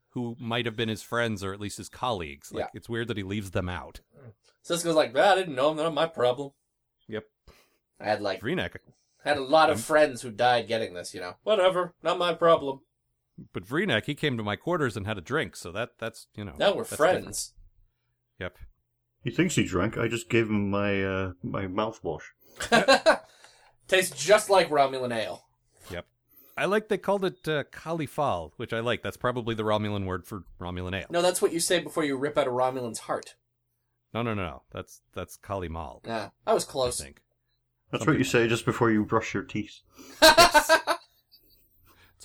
S2: who might have been his friends or at least his colleagues. Like,
S3: Yeah.
S2: it's weird that he leaves them out.
S3: Cisco's like, "Ah, I didn't know him. Not my problem.
S2: Yep.
S3: I had like
S2: Vrenek.
S3: had a lot
S2: Mm-hmm.
S3: of friends who died getting this. You know, whatever. Not my problem.
S2: But Vrenek, he came to my quarters and had a drink, so that that's, you know.
S3: Now we're
S2: Oh, that's different.
S3: friends.
S2: Yep.
S4: He thinks he drank. I just gave him my uh, my mouthwash.
S3: Tastes just like Romulan ale.
S2: Yep. I like they called it uh, Kalifal, which I like. That's probably the Romulan word for Romulan ale.
S3: No, that's what you say before you rip out a Romulan's heart.
S2: no, no, no. no. That's that's Kalimal,
S3: Yeah, I was
S2: I
S3: close.
S2: think.
S4: That's what you say just before you brush your teeth.
S2: It's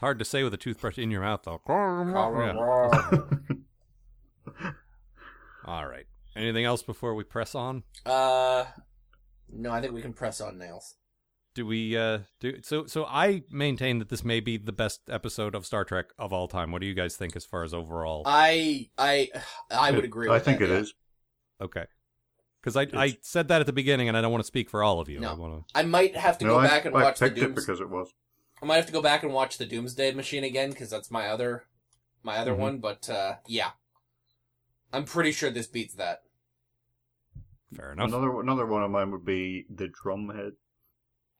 S2: hard to say with a toothbrush in your mouth, though. Yeah. All right. Anything else before we press on?
S3: uh, no, I think we can press on nails.
S2: Do we uh do so so I maintain that this may be the best episode of Star Trek of all time. What do you guys think as far as overall?
S3: Uh, I, I, I would agree.
S4: I
S3: with
S4: think
S3: that,
S4: it
S3: yeah.
S4: is.
S2: okay. Cuz I I said that at the beginning and I don't want to speak for all of you.
S3: No.
S2: I want
S3: I might have to
S4: No,
S3: go
S4: I,
S3: back and
S4: I
S3: watch the
S4: picked it
S3: Dooms.
S4: because it was.
S3: I might have to go back and watch the Doomsday Machine again because that's my other, my other
S2: Mhm.
S3: one. But uh, yeah, I'm pretty sure this beats that.
S2: to fair enough.
S4: Another another one of mine would be the drumhead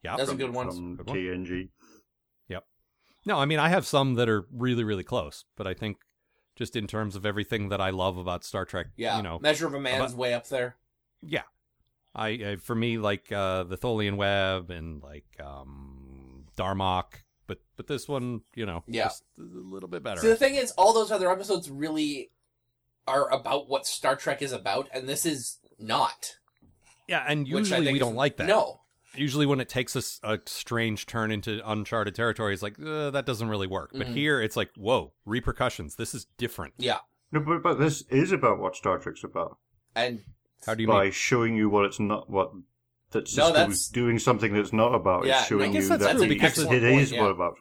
S2: yeah.
S3: That's a
S4: from,
S3: good one.
S4: from
S2: Good one.
S4: TNG.
S2: No, I mean I have some that are really really close, but I think just in terms of everything that I love about Star Trek,
S3: Yeah,
S2: you know,
S3: Measure of a Man's
S2: about-
S3: way up there.
S2: Yeah. I, I for me like uh the Tholian web and like um Darmok, but but this one, you know,
S3: Yeah.
S2: just a little bit better.
S3: See, the thing is, all those other episodes really are about what Star Trek is about, and this is not.
S2: yeah, and
S3: which I
S2: usually
S3: think
S2: we
S3: is-
S2: don't like that.
S3: No,
S2: Usually when it takes us a strange turn into uncharted territory, it's like uh, that doesn't really work. But
S3: Mhm.
S2: here it's like, whoa, repercussions. This is different.
S3: yeah,
S4: No, but, but this is about what Star Trek's about
S3: and
S2: How do you
S4: by
S2: mean?
S4: showing you what it's not what that
S3: No,
S4: Cisco's
S3: that's-
S4: doing something that's not about.
S3: Yeah,
S4: it's showing
S3: no,
S2: I guess
S4: you
S2: that's
S4: that
S2: true,
S4: it-
S2: because
S4: it
S3: it's- Excellent point,
S4: is
S3: yeah.
S4: what about.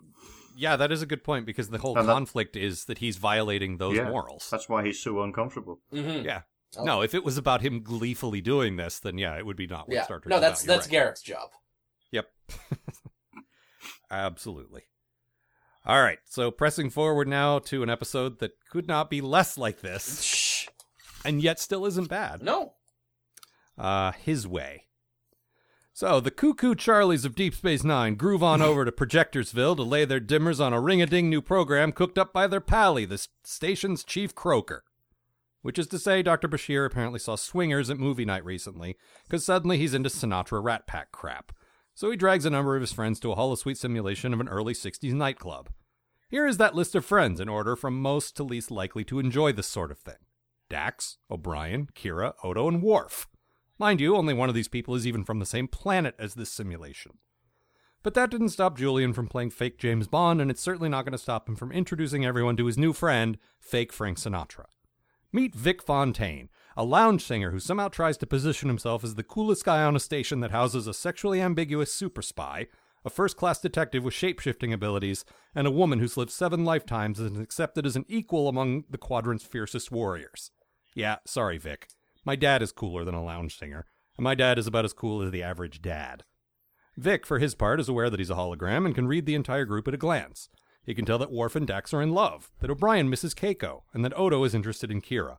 S2: Yeah, that is a good point because the whole
S4: And that-
S2: conflict is that he's violating those
S4: yeah,
S2: morals.
S4: That's why he's so uncomfortable.
S3: mhm.
S2: Yeah. No, if it was about him gleefully doing this, then yeah, it would be not what
S3: yeah,
S2: Star Trek.
S3: no,
S2: is
S3: that's
S2: about. You're
S3: that's
S2: right.
S3: Garrick's job.
S2: Yep. Absolutely. All right. So pressing forward now to an episode that could not be less like this,
S3: Shh.
S2: and yet still isn't bad.
S3: No,
S2: Uh, his way. So the cuckoo Charlies of Deep Space Nine groove on over to Projectorsville to lay their dimmers on a ring-a-ding new program cooked up by their pally, the s- station's chief croaker. Which is to say, Dr. Bashir apparently saw swingers at movie night recently, because suddenly he's into Sinatra Rat Pack crap. So he drags a number of his friends to a holosuite simulation of an early 60s nightclub. Here is that list of friends in order from most to least likely to enjoy this sort of thing Dax, O'Brien, Kira, Odo, and Worf. Mind you, only one of these people is even from the same planet as this simulation. But that didn't stop Julian from playing fake James Bond, and it's certainly not going to stop him from introducing everyone to his new friend, fake Frank Sinatra. Meet Vic Fontaine, a lounge singer who somehow tries to position himself as the coolest guy on a station that houses a sexually ambiguous super spy, a first class detective with shapeshifting abilities, and a woman who's lived seven lifetimes and is accepted as an equal among the quadrant's fiercest warriors. Yeah, sorry, Vic. My dad is cooler than a lounge singer, and my dad is about as cool as the average dad. Vic, for his part, is aware that he's a hologram and can read the entire group at a glance. He can tell that Worf and Dax are in love, that O'Brien misses Keiko, and that Odo is interested in Kira.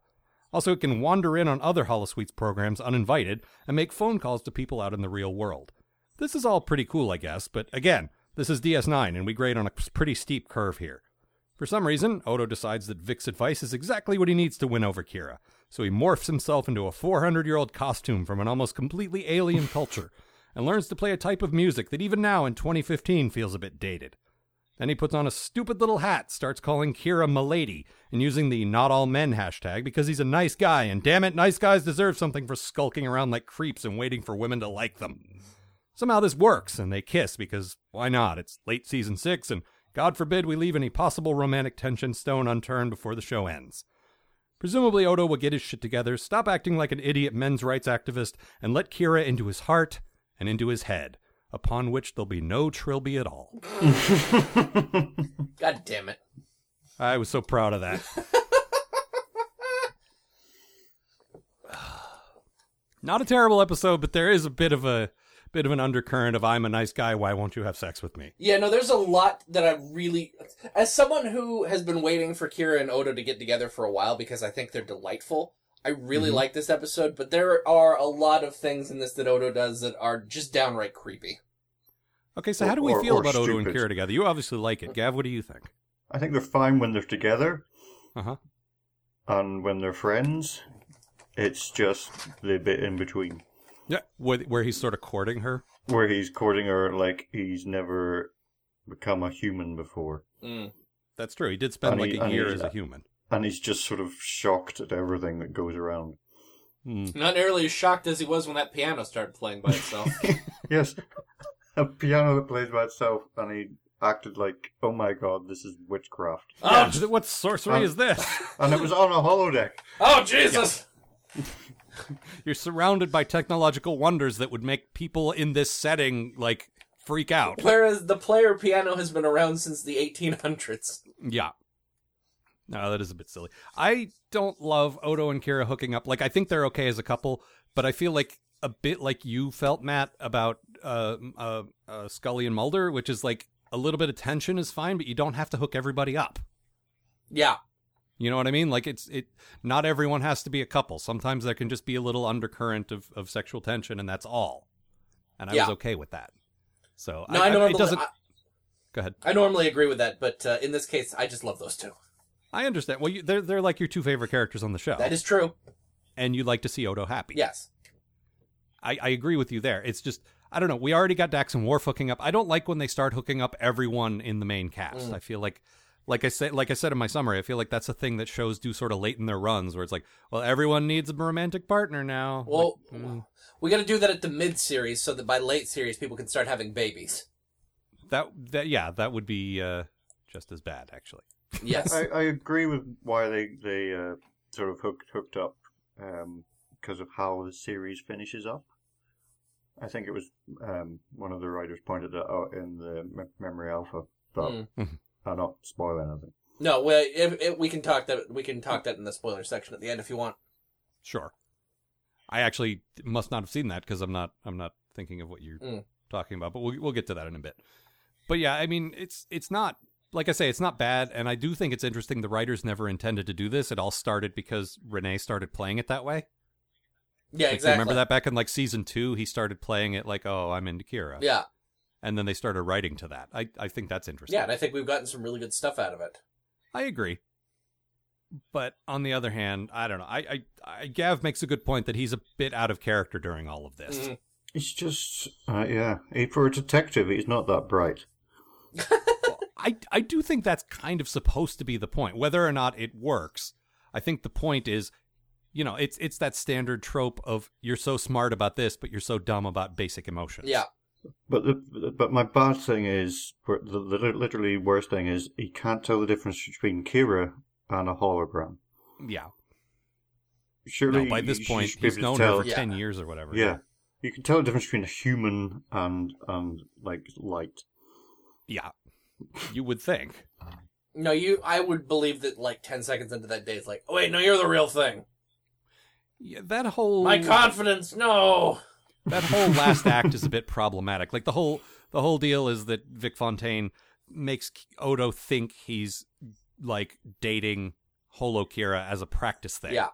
S2: Also, it can wander in on other Holosuites programs uninvited and make phone calls to people out in the real world. This is all pretty cool, I guess, but again, this is DS9 and we grade on a pretty steep curve here. For some reason, Odo decides that Vic's advice is exactly what he needs to win over Kira, so he morphs himself into a 400 year old costume from an almost completely alien culture and learns to play a type of music that even now in 2015 feels a bit dated. Then he puts on a stupid little hat, starts calling Kira Milady, and using the not all men hashtag because he's a nice guy, and damn it, nice guys deserve something for skulking around like creeps and waiting for women to like them. Somehow this works, and they kiss because why not? It's late season six, and God forbid we leave any possible romantic tension stone unturned before the show ends. Presumably, Odo will get his shit together, stop acting like an idiot men's rights activist, and let Kira into his heart and into his head, upon which there'll be no Trilby at all.
S3: God damn it.
S2: I was so proud of that. Not a terrible episode, but there is a bit of a bit of an undercurrent of I'm a nice guy, why won't you have sex with me?
S3: Yeah, no, there's a lot that I really. As someone who has been waiting for Kira and Odo to get together for a while because I think they're delightful, I really
S2: Mm-hmm.
S3: like this episode, but there are a lot of things in this that Odo does that are just downright creepy.
S2: Okay, so
S4: Or-
S2: how do we
S4: or-
S2: feel
S4: or
S2: about Odo and
S4: stupid.
S2: Kira together? You obviously like it. Gav, what do you think?
S4: I think they're fine when they're together
S2: Uh-huh.
S4: and when they're friends. It's just the bit in between
S2: Yeah, where, where he's sort of courting her.
S4: where he's courting her like he's never become a human before.
S3: Mm.
S2: That's true. He did spend
S4: And
S2: like
S4: he-
S2: a
S4: and
S2: year
S4: he's
S2: as a
S4: a-
S2: human.
S4: And he's just sort of shocked at everything that goes around.
S2: Hmm.
S3: Not nearly as shocked as he was when that piano started playing by itself.
S4: Yes, a piano that plays by itself, and he acted like, "Oh my god, this is witchcraft,"
S3: oh,
S2: Yeah, what sorcery
S4: Um,
S2: is this?
S4: and it was on a holodeck.
S3: oh, Jesus!
S2: You're surrounded by technological wonders that would make people in this setting like freak out.
S3: Whereas the player piano has been around since the 1800s.
S2: Yeah. No, that is a bit silly. I don't love Odo and Kira hooking up. Like, I think they're okay as a couple, but I feel like a bit like you felt, Matt, about uh, uh, uh, Scully and Mulder, which is like a little bit of tension is fine, but you don't have to hook everybody up.
S3: Yeah.
S2: You know what I mean? Like it's it. Not everyone has to be a couple. Sometimes there can just be a little undercurrent of, of sexual tension, and that's all. And I
S3: Yeah.
S2: was okay with that. So
S3: No,
S2: I,
S3: I,
S2: I-
S3: normally,
S2: it doesn't.
S3: I,
S2: go ahead.
S3: I normally agree with that, but uh, in this case, I just love those two.
S2: I understand. Well, you, they're they're like your two favorite characters on the show,
S3: That is true.
S2: and you like to see Odo happy.
S3: Yes.
S2: I, I agree with you there. It's just I don't know. We already got Dax and Worf hooking up. I don't like when they start hooking up everyone in the main cast. I feel like, like I said, like I said in my summary, I feel like that's a thing that shows do sort of late in their runs, where it's like, well, everyone needs a romantic partner now.
S3: Well, we got to do that at the mid series so that by late series, people can start having babies.
S2: that that yeah, that would be uh, just as bad actually.
S3: Yes.
S4: I, I agree with why they they uh, sort of hooked hooked up um, because of how the series finishes up. I think it was um, one of the writers pointed that out in the Mem- Memory Alpha, but
S3: Mm.
S4: I'll not spoil anything.
S3: No, well, if, if we can talk that we can talk that in the spoiler section at the end if you want.
S2: Sure. I actually must not have seen that because I'm not I'm not thinking of what you're
S3: Mm.
S2: talking about, but we'll we'll get to that in a bit. But yeah, I mean it's it's not like I say it's not bad, and I do think it's interesting. The writers never intended to do this. It all started because Renee started playing it that way.
S3: Yeah,
S2: Like, do you
S3: exactly.
S2: remember that back in like season two, he started playing it like, oh, I'm into Kira,
S3: Yeah,
S2: and then they started writing to that. I I think that's interesting.
S3: yeah, and I think we've gotten some really good stuff out of it.
S2: I agree. But on the other hand, I don't know. I, I, I Gav makes a good point that he's a bit out of character during all of this.
S3: Mhm.
S4: It's just uh, yeah, he, for a detective, he's not that bright.
S2: I, I do think that's kind of supposed to be the point, whether or not it works. I think the point is, you know, it's it's that standard trope of you're so smart about this, but you're so dumb about basic emotions.
S3: Yeah,
S4: But the, but my bad thing is, the, the literally worst thing is, he can't tell the difference between Kira and a hologram.
S2: Yeah.
S4: Surely
S2: No, by this
S4: you
S2: point,
S4: should be
S2: he's
S4: able
S2: known
S4: to
S2: her
S4: tell.
S2: for
S3: Yeah.
S2: ten years or whatever.
S4: Yeah. You can tell the difference between a human and and like light.
S2: Yeah. You would think.
S3: No, you. I would believe that like ten seconds into that day, it's like, oh wait, no, you're the real thing.
S2: Yeah, that whole
S3: My confidence, no.
S2: that whole last act is a bit problematic. Like the whole the whole deal is that Vic Fontaine makes Odo think he's like dating Holo Kira as a practice thing.
S3: Yeah.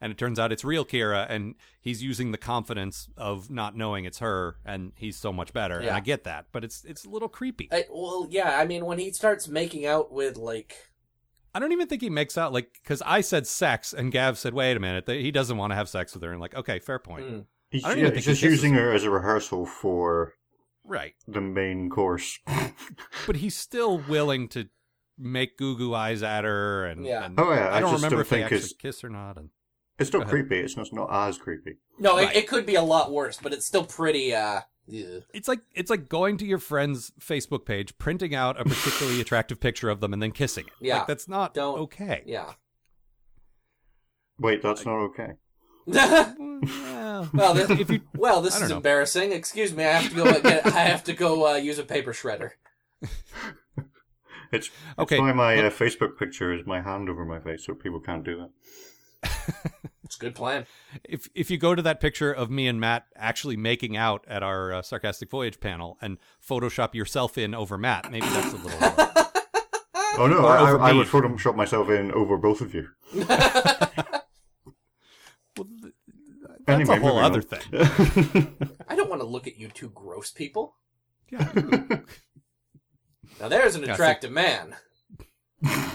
S2: And it turns out it's real Kira and he's using the confidence of not knowing it's her and he's so much better. And
S3: Yeah.
S2: I get that, but it's it's a little creepy. I,
S3: I, well, yeah. I mean, when he starts making out with like,
S2: don't even think he makes out like cuz I said sex and Gav said wait a minute, that he doesn't want to have sex with her and like okay, fair point.
S3: mm,
S4: He's,
S2: I don't
S4: yeah,
S2: even
S4: he's
S2: think
S4: just
S2: he kisses
S4: using her as a rehearsal for
S2: Right.
S4: the main course.
S2: But he's still willing to make goo goo eyes at her and,
S3: Yeah.
S2: and
S4: Oh, yeah,
S2: I,
S4: I
S2: don't
S4: just
S2: remember
S4: don't
S2: if they
S4: think
S2: actually
S4: it's-
S2: kiss or not. And
S4: it's still
S2: ahead.
S4: creepy. It's not, it's not as creepy.
S3: no,
S2: Right.
S3: it, it could be a lot worse, but it's still pretty. uh ugh.
S2: it's like it's like going to your friend's Facebook page, printing out a particularly attractive picture of them, and then kissing it.
S3: Yeah.
S2: like, that's not
S3: Don't-
S2: okay.
S3: Yeah.
S4: Wait, that's not okay.
S2: Well,
S3: well, this,
S2: if you
S3: well,
S2: I
S3: this
S2: don't
S3: is
S2: know.
S3: embarrassing. Excuse me, I have to go. Get, I have to go uh, use a paper shredder.
S4: It's
S2: okay,
S4: why my uh, Facebook picture is my hand over my face, so people can't do that.
S3: It's a good plan.
S2: if if you go to that picture of me and Matt actually making out at our uh, sarcastic voyage panel and Photoshop yourself in over Matt, maybe that's a little. more-
S4: Oh no,
S2: Or
S4: I,
S2: over
S4: I, I
S2: me.
S4: would Photoshop myself in over both of you.
S2: Well, th- that's
S4: Anyway,
S2: a whole
S4: moving
S2: other
S4: on.
S2: thing.
S3: I don't want to look at you two gross people.
S2: Yeah.
S3: Now there's an
S2: see.
S3: attractive man.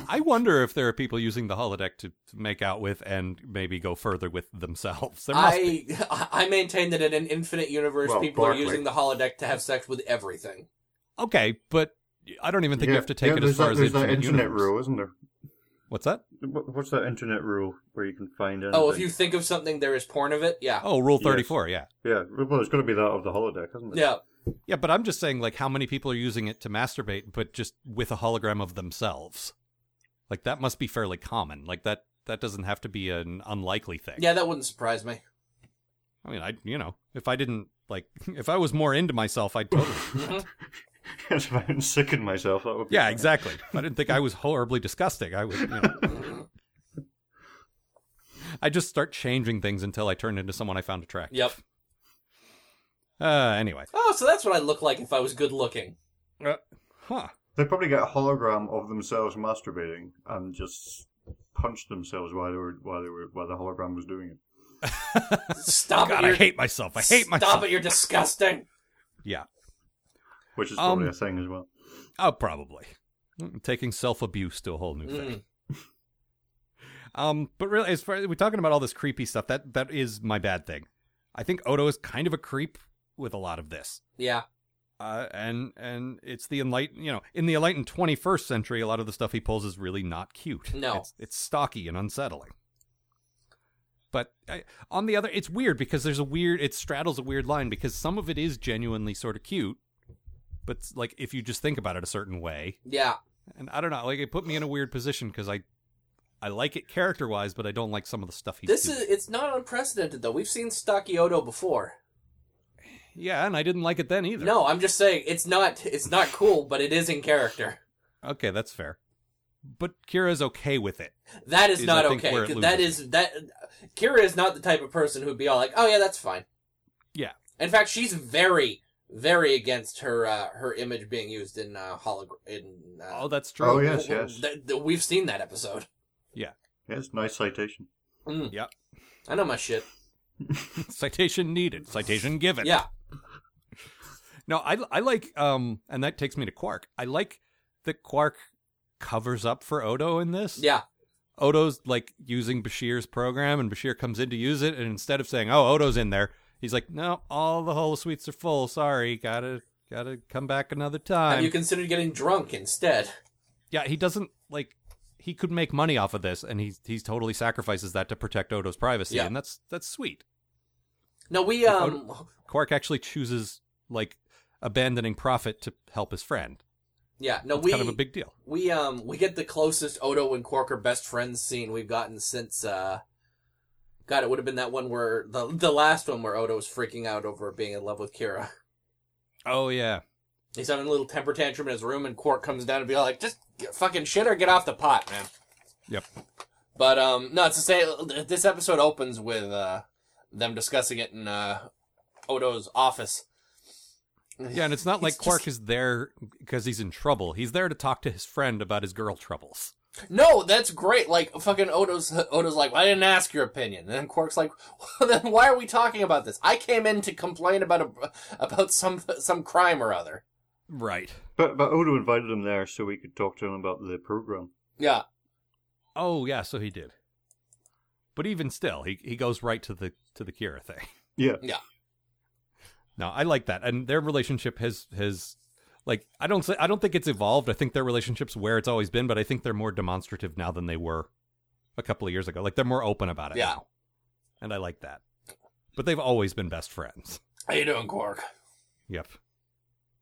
S2: I wonder if there are people using the holodeck to, to make out with and maybe go further with themselves. There must be.
S3: I I maintain that in an infinite universe,
S4: Well,
S3: people
S4: Barclay.
S3: are using the holodeck to have sex with everything.
S2: Okay, but I don't even think you have to take it as
S4: there's
S2: far
S4: that,
S2: as
S4: there's that
S2: infinite
S4: internet
S2: universe.
S4: rule, isn't there?
S2: What's that?
S4: What- What's that internet rule where you can find anything?
S3: Oh, if you think of something, there is porn of it. Yeah,
S2: Oh, Rule
S4: Yes.
S2: Thirty Four.
S4: yeah, well, it's got to be that of the holodeck, hasn't it?
S3: yeah.
S2: Yeah, yeah, but I'm just saying, like, how many people are using it to masturbate, but just with a hologram of themselves? Like that must be fairly common. Like that that doesn't have to be an unlikely thing.
S3: Yeah, that wouldn't surprise me.
S2: I mean, I you know, if I didn't like, if I was more into myself, I'd totally.
S4: if I didn't sicken myself, that would. Be
S2: yeah, exactly. If I didn't think I was horribly disgusting. I would. You know. I just start changing things until I turn into someone I found attractive.
S3: Yep.
S2: Uh, anyway.
S3: Oh, so that's what I look like if I was good looking.
S2: Uh, huh.
S4: They probably get a hologram of themselves masturbating and just punched themselves while they were while they were while the hologram was doing it.
S3: Stop
S2: God,
S3: it!
S2: I
S3: You're,
S2: hate myself. I hate myself.
S3: Stop it! You're disgusting.
S2: Yeah.
S4: Which is probably
S2: Um,
S4: a thing as well.
S2: Oh, probably. Mm, Taking self abuse to a whole new
S3: Mm.
S2: thing. Um, but really, as far we're talking about all this creepy stuff, that that is my bad thing. I think Odo is kind of a creep with a lot of this.
S3: Yeah,
S2: Uh, and and it's the enlightened, you know, in the enlightened twenty first century, a lot of the stuff he pulls is really not cute.
S3: No.
S2: it's, it's stocky and unsettling. But I, on the other, it's weird because there's a weird, it straddles a weird line because some of it is genuinely sort of cute, but like if you just think about it a certain way,
S3: yeah.
S2: and I don't know, like it put me in a weird position because I, I like it character wise, but I don't like some of the stuff he's
S3: This
S2: doing.
S3: is—it's not unprecedented though. We've seen Stocky Odo before.
S2: yeah, and I didn't like it then either.
S3: No, I'm just saying it's not—it's not cool, but it is in character.
S2: okay, that's fair. But Kira's okay with it.
S3: That is,
S2: is,
S3: not
S2: I think,
S3: okay.
S2: where it
S3: 'cause That
S2: loses
S3: is that. Kira is not the type of person who'd be all like, "Oh yeah, that's fine."
S2: Yeah.
S3: In fact, she's very, very against her uh, her image being used in uh, hologram. In uh,
S2: Oh, that's true.
S4: Oh yes, yes,
S3: th- th- we've seen that episode.
S4: yes. Nice citation.
S3: Mm.
S2: Yep.
S3: I know my shit.
S2: Citation needed. Citation given.
S3: Yeah,
S2: No, I I like um, and that takes me to Quark. I like that Quark covers up for Odo in this.
S3: yeah,
S2: Odo's like using Bashir's program, and Bashir comes in to use it, and instead of saying, "Oh, Odo's in there," he's like, "No, all the holo suites are full. Sorry, gotta gotta come back another time."
S3: Have you considered getting drunk instead?
S2: yeah, he doesn't like. He could make money off of this, and he he totally sacrifices that to protect Odo's privacy,
S3: Yeah.
S2: and that's that's sweet.
S3: No, we um,
S2: Quark actually chooses like abandoning Prophet to help his friend.
S3: Yeah, no,
S2: It's
S3: we
S2: kind of a big deal.
S3: we um we get the closest Odo and Quark are best friends scene we've gotten since uh, God, it would have been that one where the the last one where Odo's freaking out over being in love with Kira.
S2: Oh yeah,
S3: He's having a little temper tantrum in his room, and Quark comes down and be like, "Just get fucking shit or get off the pot, man."
S2: Yep.
S3: But um, no, it's to say th- this episode opens with uh them discussing it in uh Odo's office.
S2: yeah, and it's not like
S3: He's
S2: Quark
S3: just-
S2: is there because he's in trouble. He's there to talk to his friend about his girl troubles.
S3: No, that's great. Like fucking Odo's Odo's like, I didn't ask your opinion. And then Quark's like, well, then why are we talking about this? I came in to complain about a about some some crime or other.
S2: Right.
S4: But but Odo invited him there so we could talk to him about the program.
S3: Yeah,
S2: Oh yeah, so he did. But even still, he he goes right to the to the Kira thing.
S4: Yeah.
S2: No, I like that, and their relationship has has like I don't say I don't think it's evolved. I think their relationship's where it's always been, but I think they're more demonstrative now than they were a couple of years ago. Like they're more open about it
S3: Yeah.
S2: now, and I like that. But they've always been best friends.
S3: how you doing, Quark?
S2: Yep.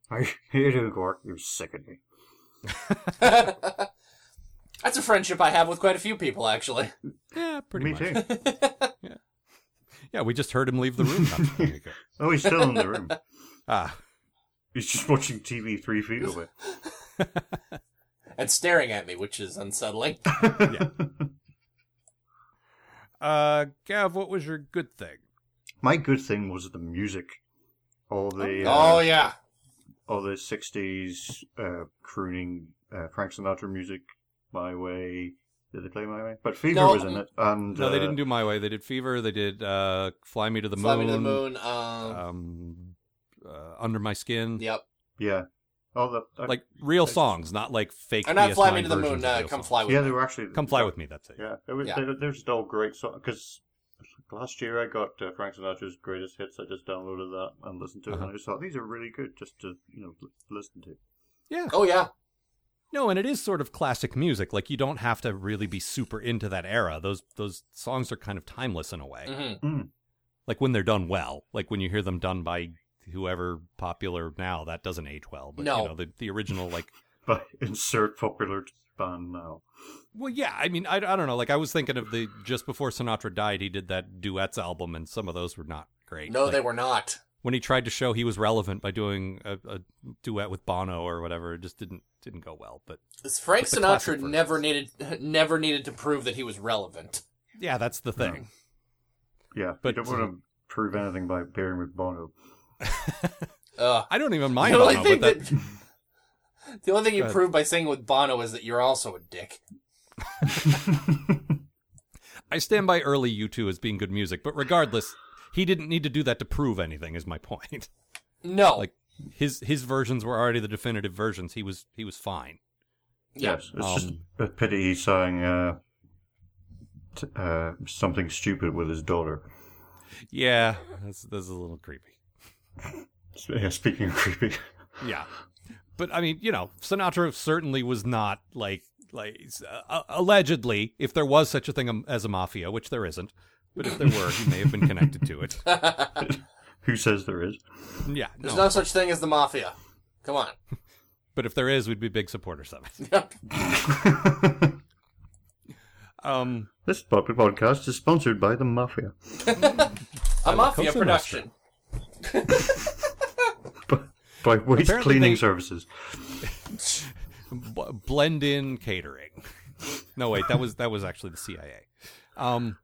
S4: I hate it, Gork. You're sickening.
S3: that's a friendship I have with quite a few people, actually.
S2: Yeah, pretty
S4: Me
S2: much.
S4: too.
S2: Yeah, we just heard him leave the room. not too long ago.
S4: Oh, he's still in the room.
S2: ah,
S4: He's just watching TV three feet away.
S3: and staring at me, which is unsettling.
S2: uh, Gav, what was your good thing?
S4: My good thing was the music. All the
S3: Oh
S4: uh,
S3: yeah,
S4: all the '60s uh, crooning uh, Frank Sinatra music. My way. Did they play My Way? But Fever
S3: No.
S4: was in it, and
S2: No,
S4: uh,
S2: they didn't do my way. They did Fever. They did uh, Fly Me to the
S3: fly
S2: Moon.
S3: me to the moon. Um,
S2: Um, uh, Under My Skin.
S3: yep.
S4: Yeah. All the uh,
S2: like real songs, not like fake.
S3: Or not fly me
S2: DS9
S3: to the moon.
S2: versions of
S3: Uh,
S2: real
S3: come
S2: songs.
S3: fly with
S4: yeah,
S3: me.
S4: they were actually
S2: Come fly with me. That's it.
S4: Yeah, it was,
S3: Yeah.
S4: They, they're just all great songs. Because last year I got uh, Frank Sinatra's greatest hits. I just downloaded that and listened to it,
S2: Uh-huh.
S4: and I just thought these are really good, just to you know l- listen to.
S2: Yeah.
S3: Oh yeah,
S2: No, and it is sort of classic music. Like you don't have to really be super into that era. Those those songs are kind of timeless in a way.
S3: Mhm.
S4: Mm.
S2: Like when they're done well. Like when you hear them done by whoever popular now, that doesn't age well. But
S3: No.
S2: you know the the original like.
S4: But insert popular band now.
S2: Well, yeah. I mean, I, I don't know. Like I was thinking of the just before Sinatra died, he did that duets album, and some of those were not great.
S3: no,
S2: Like,
S3: they were not.
S2: when he tried to show he was relevant by doing a, a duet with Bono or whatever, it just didn't didn't go well. But
S3: Frank
S2: But the classic
S3: Sinatra
S2: versions.
S3: never needed never needed to prove that he was relevant.
S2: yeah, that's the thing.
S4: Yeah,
S2: But-
S4: you don't want to prove anything by pairing with Bono.
S3: Ugh.
S2: I don't even mind
S3: Hmm. the only
S2: Bono,
S3: thing
S2: but that,
S3: that, the only thing you
S2: Go ahead.
S3: prove by singing with Bono is that you're also a dick.
S2: I stand by early U two as being good music. But regardless, he didn't need to do that to prove anything. Is my point.
S3: No,
S2: Like his his versions were already the definitive versions. He was he was fine.
S3: Yeah.
S4: Yes, it's just
S2: Um,
S4: a pity he sang uh, t- uh, something stupid with his daughter.
S2: Yeah, that's that's a little creepy.
S4: S- Yeah, speaking of creepy,
S2: Yeah, but I mean, you know, Sinatra certainly was not like like uh, allegedly, if there was such a thing um, as a mafia, which there isn't, but if there were, he may have been connected to it.
S4: who says there is?
S2: Yeah,
S3: there's
S2: no,
S3: no such thing as the mafia. Come on.
S2: but if there is, we'd be big supporters of it. Um,
S4: This puppet podcast is sponsored by the Mafia.
S3: A mafia
S2: Costa
S3: production.
S4: By waste
S2: Apparently
S4: cleaning
S2: they-
S4: services.
S2: b- blend in catering. No, wait, that was that was actually the CIA. Um,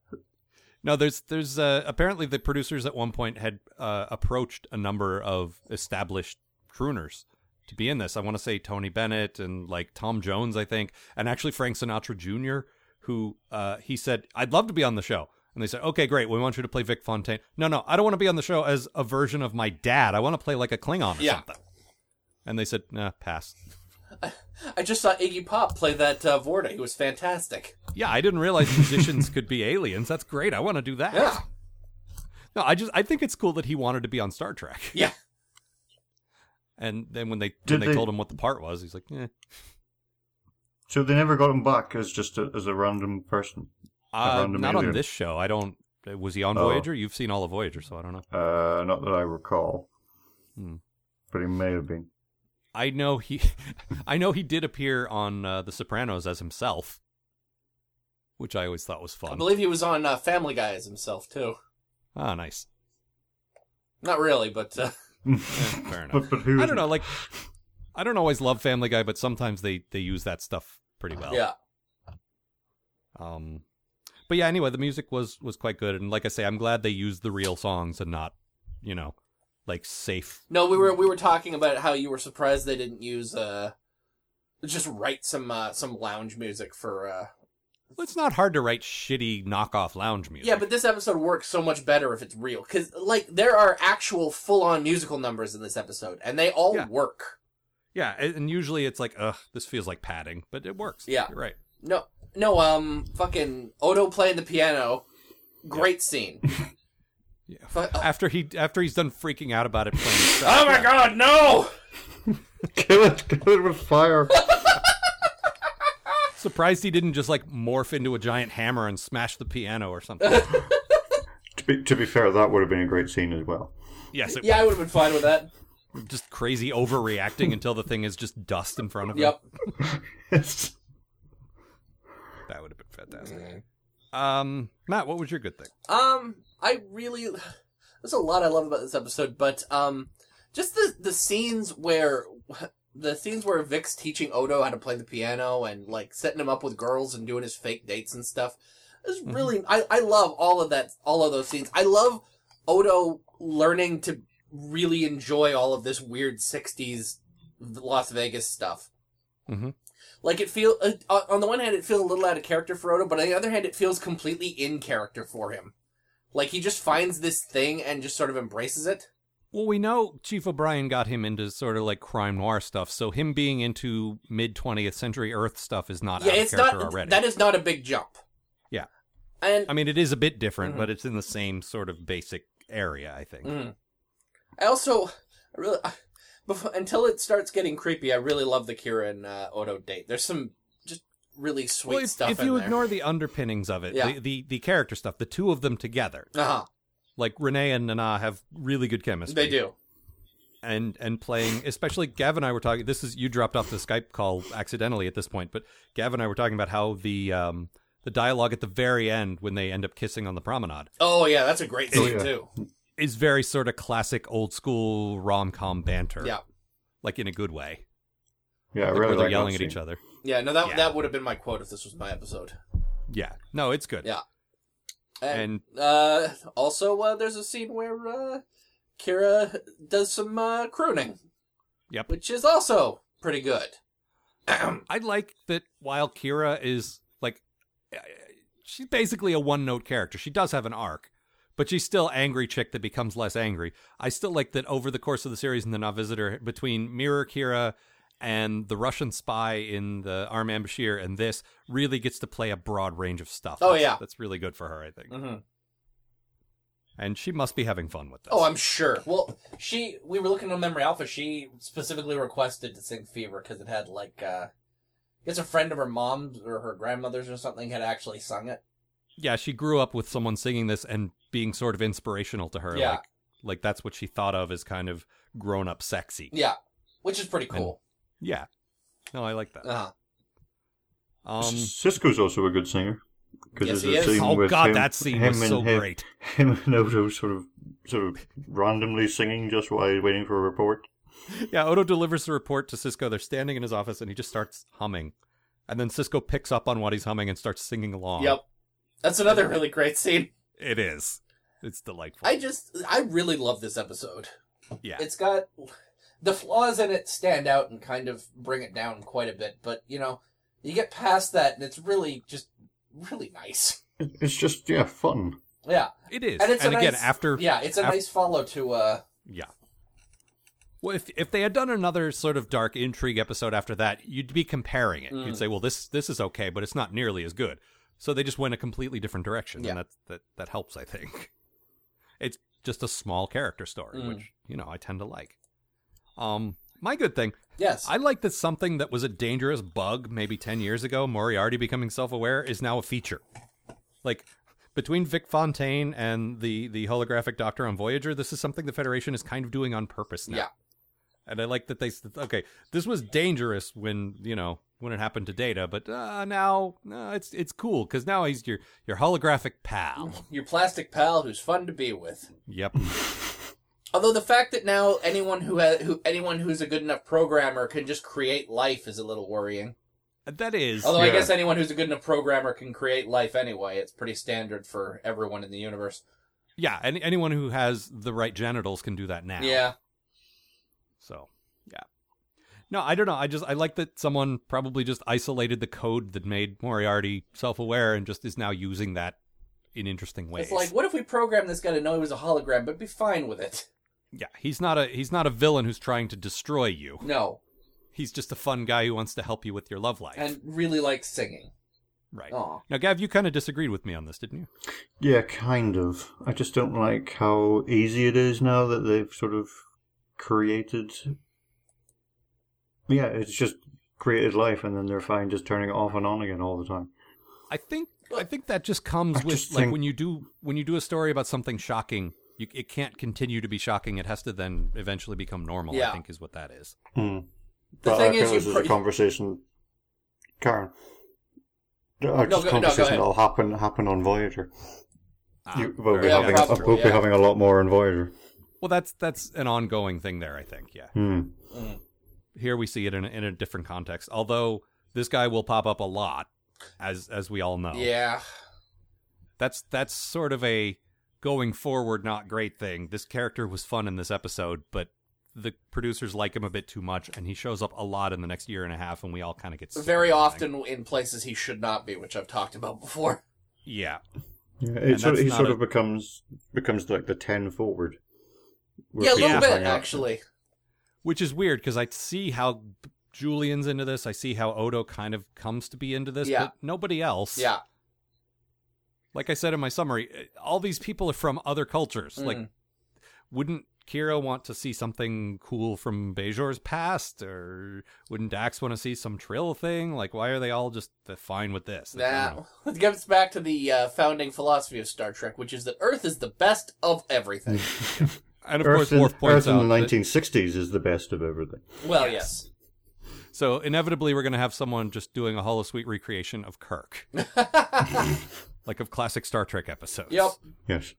S2: no, there's there's uh, apparently the producers at one point had uh, approached a number of established crooners to be in this. I want to say Tony Bennett and like Tom Jones, I think, and actually Frank Sinatra Jr. Who uh, he said, "I'd love to be on the show." And they said, "Okay, great. We want you to play Vic Fontaine." No, no, I don't want to be on the show as a version of my dad. I want to play like a Klingon or
S3: Yeah.
S2: something. And they said, "Nah, pass."
S3: I just saw Iggy Pop play that uh, Vorta. He was fantastic.
S2: Yeah, I didn't realize musicians could be aliens. That's great. I want to do that.
S3: Yeah.
S2: No, I just I think it's cool that he wanted to be on Star Trek.
S3: Yeah.
S2: And then when they when
S4: Did
S2: they,
S4: they-
S2: told him what the part was, he's like, eh.
S4: So they never got him back as just a, as a random person.
S2: Uh,
S4: random
S2: not on
S4: alien.
S2: this show. I don't. uh, Was he on
S4: Oh.
S2: Voyager? You've seen all of Voyager, so I don't know. Hmm.
S4: Uh, not that I recall. but he may have been.
S2: I know he, I know he did appear on uh, The Sopranos as himself, which I always thought was fun.
S3: I believe he was on uh, Family Guy as himself too.
S2: ah, nice.
S3: Not really, but uh,
S2: Eh, fair enough.
S4: But but who?
S2: I don't know. Like, I don't always love Family Guy, but sometimes they they use that stuff pretty well.
S3: yeah.
S2: Um, but yeah. Anyway, the music was was quite good, and like I say, I'm glad they used the real songs and not, you know, like safe.
S3: No, we were we were talking about how you were surprised they didn't use uh just write some uh some lounge music for uh
S2: It's not hard to write shitty knockoff lounge music.
S3: Yeah, but this episode works so much better if it's real cuz like there are actual full-on musical numbers in this episode and they all
S2: Yeah.
S3: work.
S2: yeah, and and usually it's like, ugh, this feels like padding, but it works.
S3: Yeah.
S2: You're right.
S3: No, no, um fucking Odo playing the piano. Great scene.
S2: Yeah.
S3: Fu- oh,
S2: After he after he's done freaking out about it playing himself.
S3: oh my god, no.
S4: Kill it! Kill it with fire!
S2: Surprised he didn't just like morph into a giant hammer and smash the piano or something.
S4: to, be, to be fair, that would have been a great scene as well.
S2: yes, it
S3: Yeah, I would have been fine with that.
S2: just crazy overreacting until the thing is just dust in front of him.
S3: Yep.
S2: That would have been fantastic.
S3: Mm-hmm.
S2: Um, Matt, what was your good thing?
S3: Um, I really there's a lot I love about this episode, but um, just the the scenes where the scenes where Vic's teaching Odo how to play the piano and like setting him up with girls and doing his fake dates and stuff. It's really I I love all of that all of those scenes. I love Odo learning to really enjoy all of this weird '60s Las Vegas stuff.
S2: Mhm.
S3: Like it feel uh, on- on the one hand it feels a little out of character for Odo, but on the other hand it feels completely in character for him. Like he just finds this thing and just sort of embraces it.
S2: Well, we know Chief O'Brien got him into sort of like crime noir stuff, so him being into mid 20th century Earth stuff is not
S3: yeah,
S2: out of
S3: it's not
S2: character already.
S3: that is not a big jump.
S2: Yeah.
S3: and
S2: I mean, it is a bit
S3: Mm-hmm.
S2: different, but it's in the same sort of basic area, I think.
S3: I also I really I, before, until it starts getting creepy, I really love the Kira and uh, Odo date. There's some just really sweet
S2: Well, if,
S3: stuff.
S2: if
S3: in
S2: you
S3: there.
S2: ignore the underpinnings of it,
S3: Yeah.
S2: the, the the character stuff, the two of them together,
S3: uh-huh,
S2: like Renee and Nana have really good chemistry.
S3: they do.
S2: and and playing especially Gav and I were talking this is you dropped off the Skype call accidentally at this point but Gav and I were talking about how the um the dialogue at the very end when they end up kissing on the promenade
S3: Oh yeah, that's a great scene
S4: yeah.
S3: too.
S2: is very sort of classic old school rom-com banter
S3: Yeah,
S2: like in a good way
S4: Yeah, I
S2: like
S4: really
S2: where
S4: like
S2: they're
S4: that
S2: yelling at
S4: scene.
S2: each other
S3: yeah. No, that
S2: Yeah.
S3: that would have been my quote if this was my episode.
S2: yeah no it's good
S3: Yeah. And,
S2: and
S3: uh, also, uh, there's a scene where uh, Kira does some uh, crooning,
S2: yep
S3: which is also pretty good.
S2: I like that while Kira is like, uh, she's basically a one note character. She does have an arc, but she's still angry chick that becomes less angry. I still like that over the course of the series and the Not Visitor between Mirror Kira and the Russian spy in the Arm Ambashir and this really gets to play a broad range of stuff.
S3: Oh,
S2: That's-
S3: yeah.
S2: that's really good for her, I think.
S3: Mm-hmm.
S2: And she must be having fun with this.
S3: Oh, I'm sure. Well, she we were looking on Memory Alpha. She specifically requested to sing Fever because it had like uh, I guess a friend of her mom's or her grandmother's or something had actually sung it.
S2: yeah, she grew up with someone singing this and being sort of inspirational to her.
S3: Yeah.
S2: Like, like that's what she thought of as kind of grown up sexy.
S3: Yeah, which is pretty cool.
S2: Yeah. No, I like that.
S3: Uh-huh.
S2: Um,
S4: Cisco's also a good singer. 'cause
S3: Yes,
S4: there's
S3: he
S4: a
S3: is.
S4: scene
S2: oh
S4: with
S2: god,
S4: him-
S2: that scene
S4: him
S2: was
S4: and
S2: so
S4: him-
S2: great.
S4: Him and Odo sort of, sort of randomly singing just while he's waiting for a report.
S2: Yeah, Odo delivers the report to Cisco. They're standing in his office, and he just starts humming. And then Cisco picks up on what he's humming and starts singing along.
S3: Uh-huh. Yep, that's another really great scene.
S2: it is. It's delightful.
S3: I just I really love this episode.
S2: yeah,
S3: it's got the flaws in it stand out and kind of bring it down quite a bit but you know you get past that and it's really just really nice
S4: It- It's just, yeah, fun.
S3: yeah
S2: it is.
S3: and
S2: And,
S3: it's a
S2: again,
S3: nice,
S2: after
S3: yeah it's a
S2: af-
S3: nice follow to uh
S2: yeah. Well, if if they had done another sort of dark intrigue episode after that, you'd be comparing it.
S3: Mm.
S2: You'd say, well, this this is okay, but it's not nearly as good. So they just went a completely different direction,
S3: Yeah.
S2: and that that that helps, I think. It's just a small character story,
S3: Mm.
S2: which you know I tend to like. Um, my good thing,
S3: yes
S2: I like that something that was a dangerous bug maybe 10 years ago, Moriarty becoming self aware, is now a feature. Like, between Vic Fontaine and the, the holographic doctor on Voyager, this is something the Federation is kind of doing on purpose now.
S3: Yeah.
S2: And I like that they s- okay. This was dangerous when you know when it happened to Data, but uh, now uh, it's it's cool because now he's your your holographic pal.
S3: Your plastic pal who's fun to be with.
S2: Yep.
S3: Although the fact that now anyone who has, who anyone who's a good enough programmer can just create life is a little worrying.
S2: That is.
S3: Although I
S4: Yeah.
S3: guess anyone who's a good enough programmer can create life anyway. It's pretty standard for everyone in the universe.
S2: Yeah, any, anyone who has the right genitals can do that now.
S3: Yeah.
S2: So, yeah. No, I don't know. I just I like that someone probably just isolated the code that made Moriarty self-aware and just is now using that in interesting ways.
S3: It's like, what if we programmed this guy to know he was a hologram, but be fine with it?
S2: yeah, he's not a he's not a villain who's trying to destroy you.
S3: No.
S2: He's just a fun guy who wants to help you with your love life.
S3: And really likes singing.
S2: right.
S3: Aw.
S2: Now, Gav, you kind of disagreed with me on this, didn't you?
S4: Yeah, kind of. I just don't like how easy it is now that they've sort of created. Yeah, it's just created life, and then they're fine just turning it off and on again all the time.
S2: I think I think that just comes
S4: I
S2: with
S4: just
S2: like
S4: think-
S2: when you do when you do a story about something shocking, you, it can't continue to be shocking. It has to then eventually become normal. I
S3: Yeah.
S2: think is what that is.
S4: Hmm.
S3: The
S4: but I
S3: thing
S4: think
S3: is,
S4: this
S3: you
S4: is
S3: pro-
S4: a conversation, Karen. Uh,
S3: go-
S4: just
S3: no, go
S4: conversation
S3: ahead.
S4: that'll happen happen on Voyager.
S2: Ah,
S4: you, we'll be
S2: very
S3: Yeah,
S4: having
S2: good.
S3: probably,
S4: we'll
S3: yeah.
S4: be having a lot more on Voyager.
S2: Well, that's that's an ongoing thing there. I think. Yeah.
S4: Hmm.
S2: Here we see it in a, in a different context. Although this guy will pop up a lot, as as we all know.
S3: yeah.
S2: That's that's sort of a going forward not great thing. This character was fun in this episode, but the producers like him a bit too much, and he shows up a lot in the next year and a half, and we all kind of get sick
S3: Very
S2: of him.
S3: often in places he should not be, which I've talked about before.
S2: Yeah.
S4: Yeah, it sort
S2: that's
S4: of, he
S2: not
S4: sort
S2: a-
S4: of becomes becomes like the ten forward. where
S3: Yeah, a little
S4: people
S3: bit,
S4: hang out.
S3: actually.
S2: which is weird because I see how Julian's into this. I see how Odo kind of comes to be into this,
S3: Yeah.
S2: but nobody else.
S3: Yeah.
S2: Like I said in my summary, eh, all these people are from other cultures.
S3: Mm.
S2: Like, wouldn't Kira want to see something cool from Bejor's past, or wouldn't Dax want to see some Trill thing? Like, why are they all just eh, fine with this? Like, I don't
S3: That
S2: know.
S3: it gets back to the uh, founding philosophy of Star Trek, which is that Earth is the best of everything.
S2: And of course,
S4: Earth,
S2: Worf
S4: in, Earth
S2: points
S4: in
S2: out
S4: the
S2: that-
S4: 1960s is the best of everything.
S3: well, yes.
S2: so inevitably we're going to have someone just doing a holosuite recreation of Kirk, like of classic Star Trek episodes.
S3: Yep.
S4: Yes.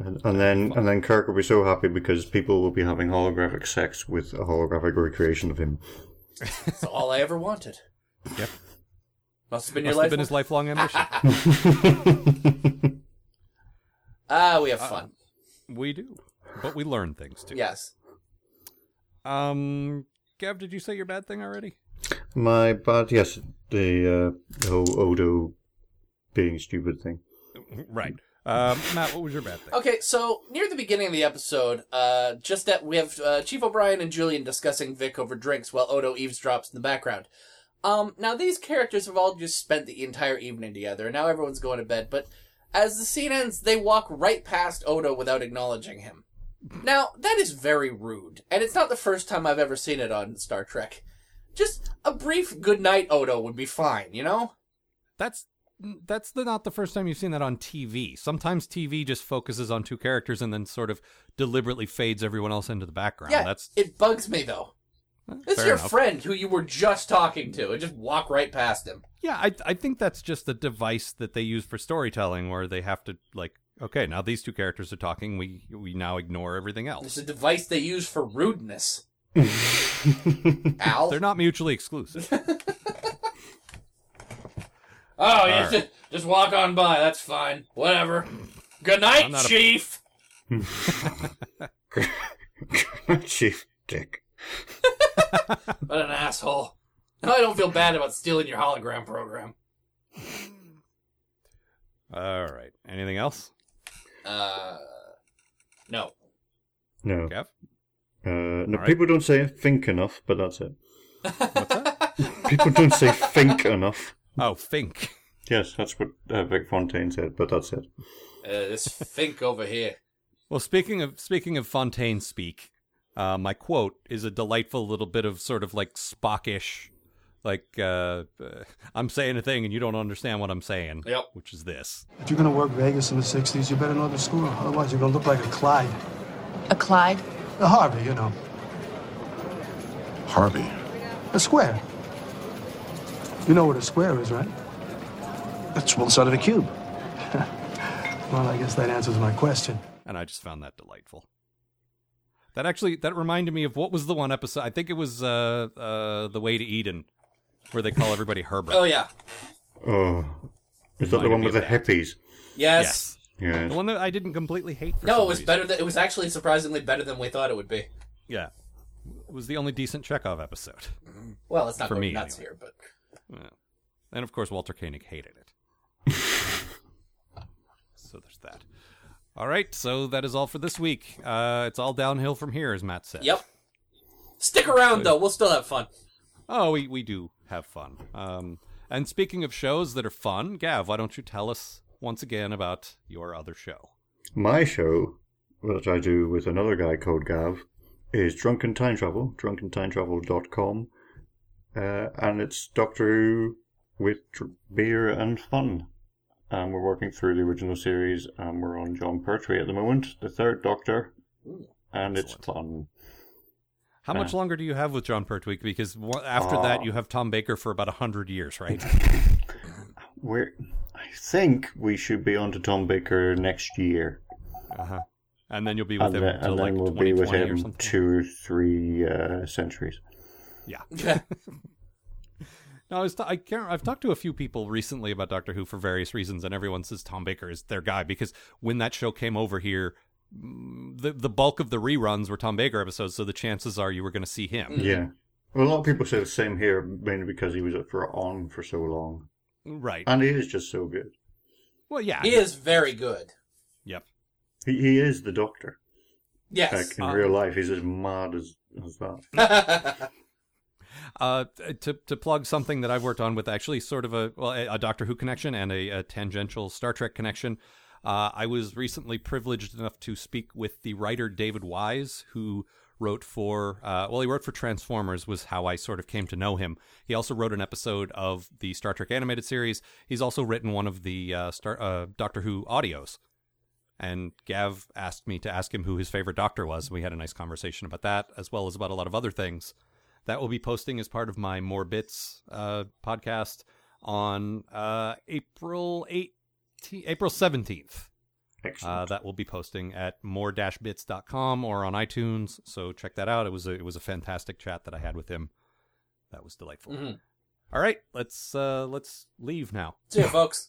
S4: And, and then and then Kirk will be so happy because people will be having holographic sex with a holographic recreation of him.
S3: It's all I ever wanted.
S2: Yep.
S3: Must have been
S2: Must
S3: your
S2: have been
S3: life.
S2: his lifelong ambition.
S3: Ah, we have fun.
S2: we do, but we learn things too.
S3: Yes.
S2: Um, Gav, did you say your bad thing already?
S4: My bad, yes, the, uh, the whole Odo being stupid thing.
S2: Right. Um, Matt, what was your bad thing?
S3: Okay, so near the beginning of the episode, uh, just that we have uh, Chief O'Brien and Julian discussing Vic over drinks while Odo eavesdrops in the background. Um, now these characters have all just spent the entire evening together, and now everyone's going to bed. But as the scene ends, they walk right past Odo without acknowledging him. Now that is very rude, and it's not the first time I've ever seen it on Star Trek. Just a brief good night, Odo would be fine, you know.
S2: That's that's the, not the first time you've seen that on TV. Sometimes TV just focuses on two characters and then sort of deliberately fades everyone else into the background.
S3: Yeah,
S2: that's
S3: it bugs me though. This is
S2: fair
S3: your
S2: enough.
S3: friend who you were just talking to, and just walk right past him.
S2: Yeah, I I think that's just a device that they use for storytelling, where they have to like, okay, now these two characters are talking. We we now ignore everything
S3: It's
S2: else.
S3: a device they use for rudeness. Al.
S2: They're not mutually exclusive.
S3: oh, yeah, just, just walk on by. That's fine. Whatever. Good night,
S2: I'm not a-
S3: Chief.
S4: Chief Dick.
S3: What an asshole. No, I don't feel bad about stealing your hologram program.
S2: All right. Anything else,
S3: Uh, no.
S4: No.
S2: Gav?
S4: Uh, no
S2: Alright.
S4: People don't say think enough, but that's it. people don't say think enough.
S2: Oh, Fink.
S4: Yes, that's what uh, Vic Fontaine said, but that's it.
S3: Uh, this Fink over here.
S2: Well, speaking of speaking of Fontaine speak, uh, my quote is a delightful little bit of sort of like Spockish, like uh, uh, I'm saying a thing and you don't understand what I'm saying.
S3: Yep.
S2: Which is this.
S7: If you're gonna work Vegas in the 60s, you better know the score. Otherwise, you're gonna look like a Clyde.
S8: A Clyde?
S7: A Harvey, you Uh, know.
S6: Harvey.
S7: A square. You know what a square is, right?
S5: That's one side of a cube.
S7: Well, I guess that answers my question.
S2: and I just found that delightful. That actually that reminded me of what was the one episode? I think it was uh, uh, the Way to Eden, where they call everybody Herbert.
S3: Oh yeah.
S4: Oh, is that the one with the hippies?
S3: Yes.
S2: yes,
S4: Yeah.
S2: the one that I didn't completely hate. For
S3: No,
S2: some
S3: it was
S2: reason.
S3: better than it was actually surprisingly better than we thought it would be.
S2: Yeah, it was the only decent Chekhov episode,
S3: Well, it's not
S2: For
S3: going
S2: me,
S3: nuts here, but
S2: and of course Walter Koenig hated it. so there's that. All right, so that is all for this week. Uh, it's all downhill from here, as Matt said.
S3: yep. Stick around though; we'll still have fun.
S2: Oh, we, we do have fun. Um, and speaking of shows that are fun, Gav, why don't you tell us once again about your other show?
S4: My show that I do with another guy called Gav is Drunken Time Travel, drunkentimtravel.com, uh, and it's Doctor Who with dr- beer and fun. And we're working through the original series, and we're on John Pertwee at the moment, the third Doctor, and it's fun.
S2: How
S4: Uh.
S2: much longer do you have with John Pertwee? Because wha- after that, you have Tom Baker for about 100 years, right?
S4: We're, I think we should be on to Tom Baker next year,
S2: uh-huh. And then you'll be with
S4: and
S2: him
S4: then,
S2: until
S4: and then
S2: like
S4: we'll be
S2: 2020
S4: with
S2: or
S4: him
S2: something.
S4: two or three uh, centuries.
S2: Yeah.
S3: Yeah.
S2: No, I was t- I can't, I've talked to a few people recently about Doctor Who for various reasons, and everyone says Tom Baker is their guy because when that show came over here, mm, the the bulk of the reruns were Tom Baker episodes, so the chances are you were going to see him.
S4: Yeah. Well, a lot of people say the same here, mainly because he was up for on for so long,
S2: Right.
S4: and he is just so good.
S2: Well, yeah.
S3: He is very good.
S2: Yep.
S4: He, he is the Doctor.
S3: Yes.
S4: Like in real life, he's as mad as, as that.
S2: Uh, to to plug something that I've worked on with actually sort of a well a, a Doctor Who connection and a, a tangential Star Trek connection. Uh, I was recently privileged enough to speak with the writer David Wise, who wrote for uh, well, he wrote for Transformers, was how I sort of came to know him. He also wrote an episode of the Star Trek animated series. He's also written one of the uh, Star uh, Doctor Who audios. And Gav asked me to ask him who his favorite doctor was. We had a nice conversation about that, as well as about a lot of other things that will be posting as part of my More Bits uh, podcast on uh, April 18th, April 17th.
S4: Excellent.
S2: Uh, that will be posting at more-bits.com or on iTunes. So check that out. It was a, it was a fantastic chat that I had with him. That was delightful.
S3: Mhm.
S2: All right, let's uh, let's leave now.
S3: See ya, folks.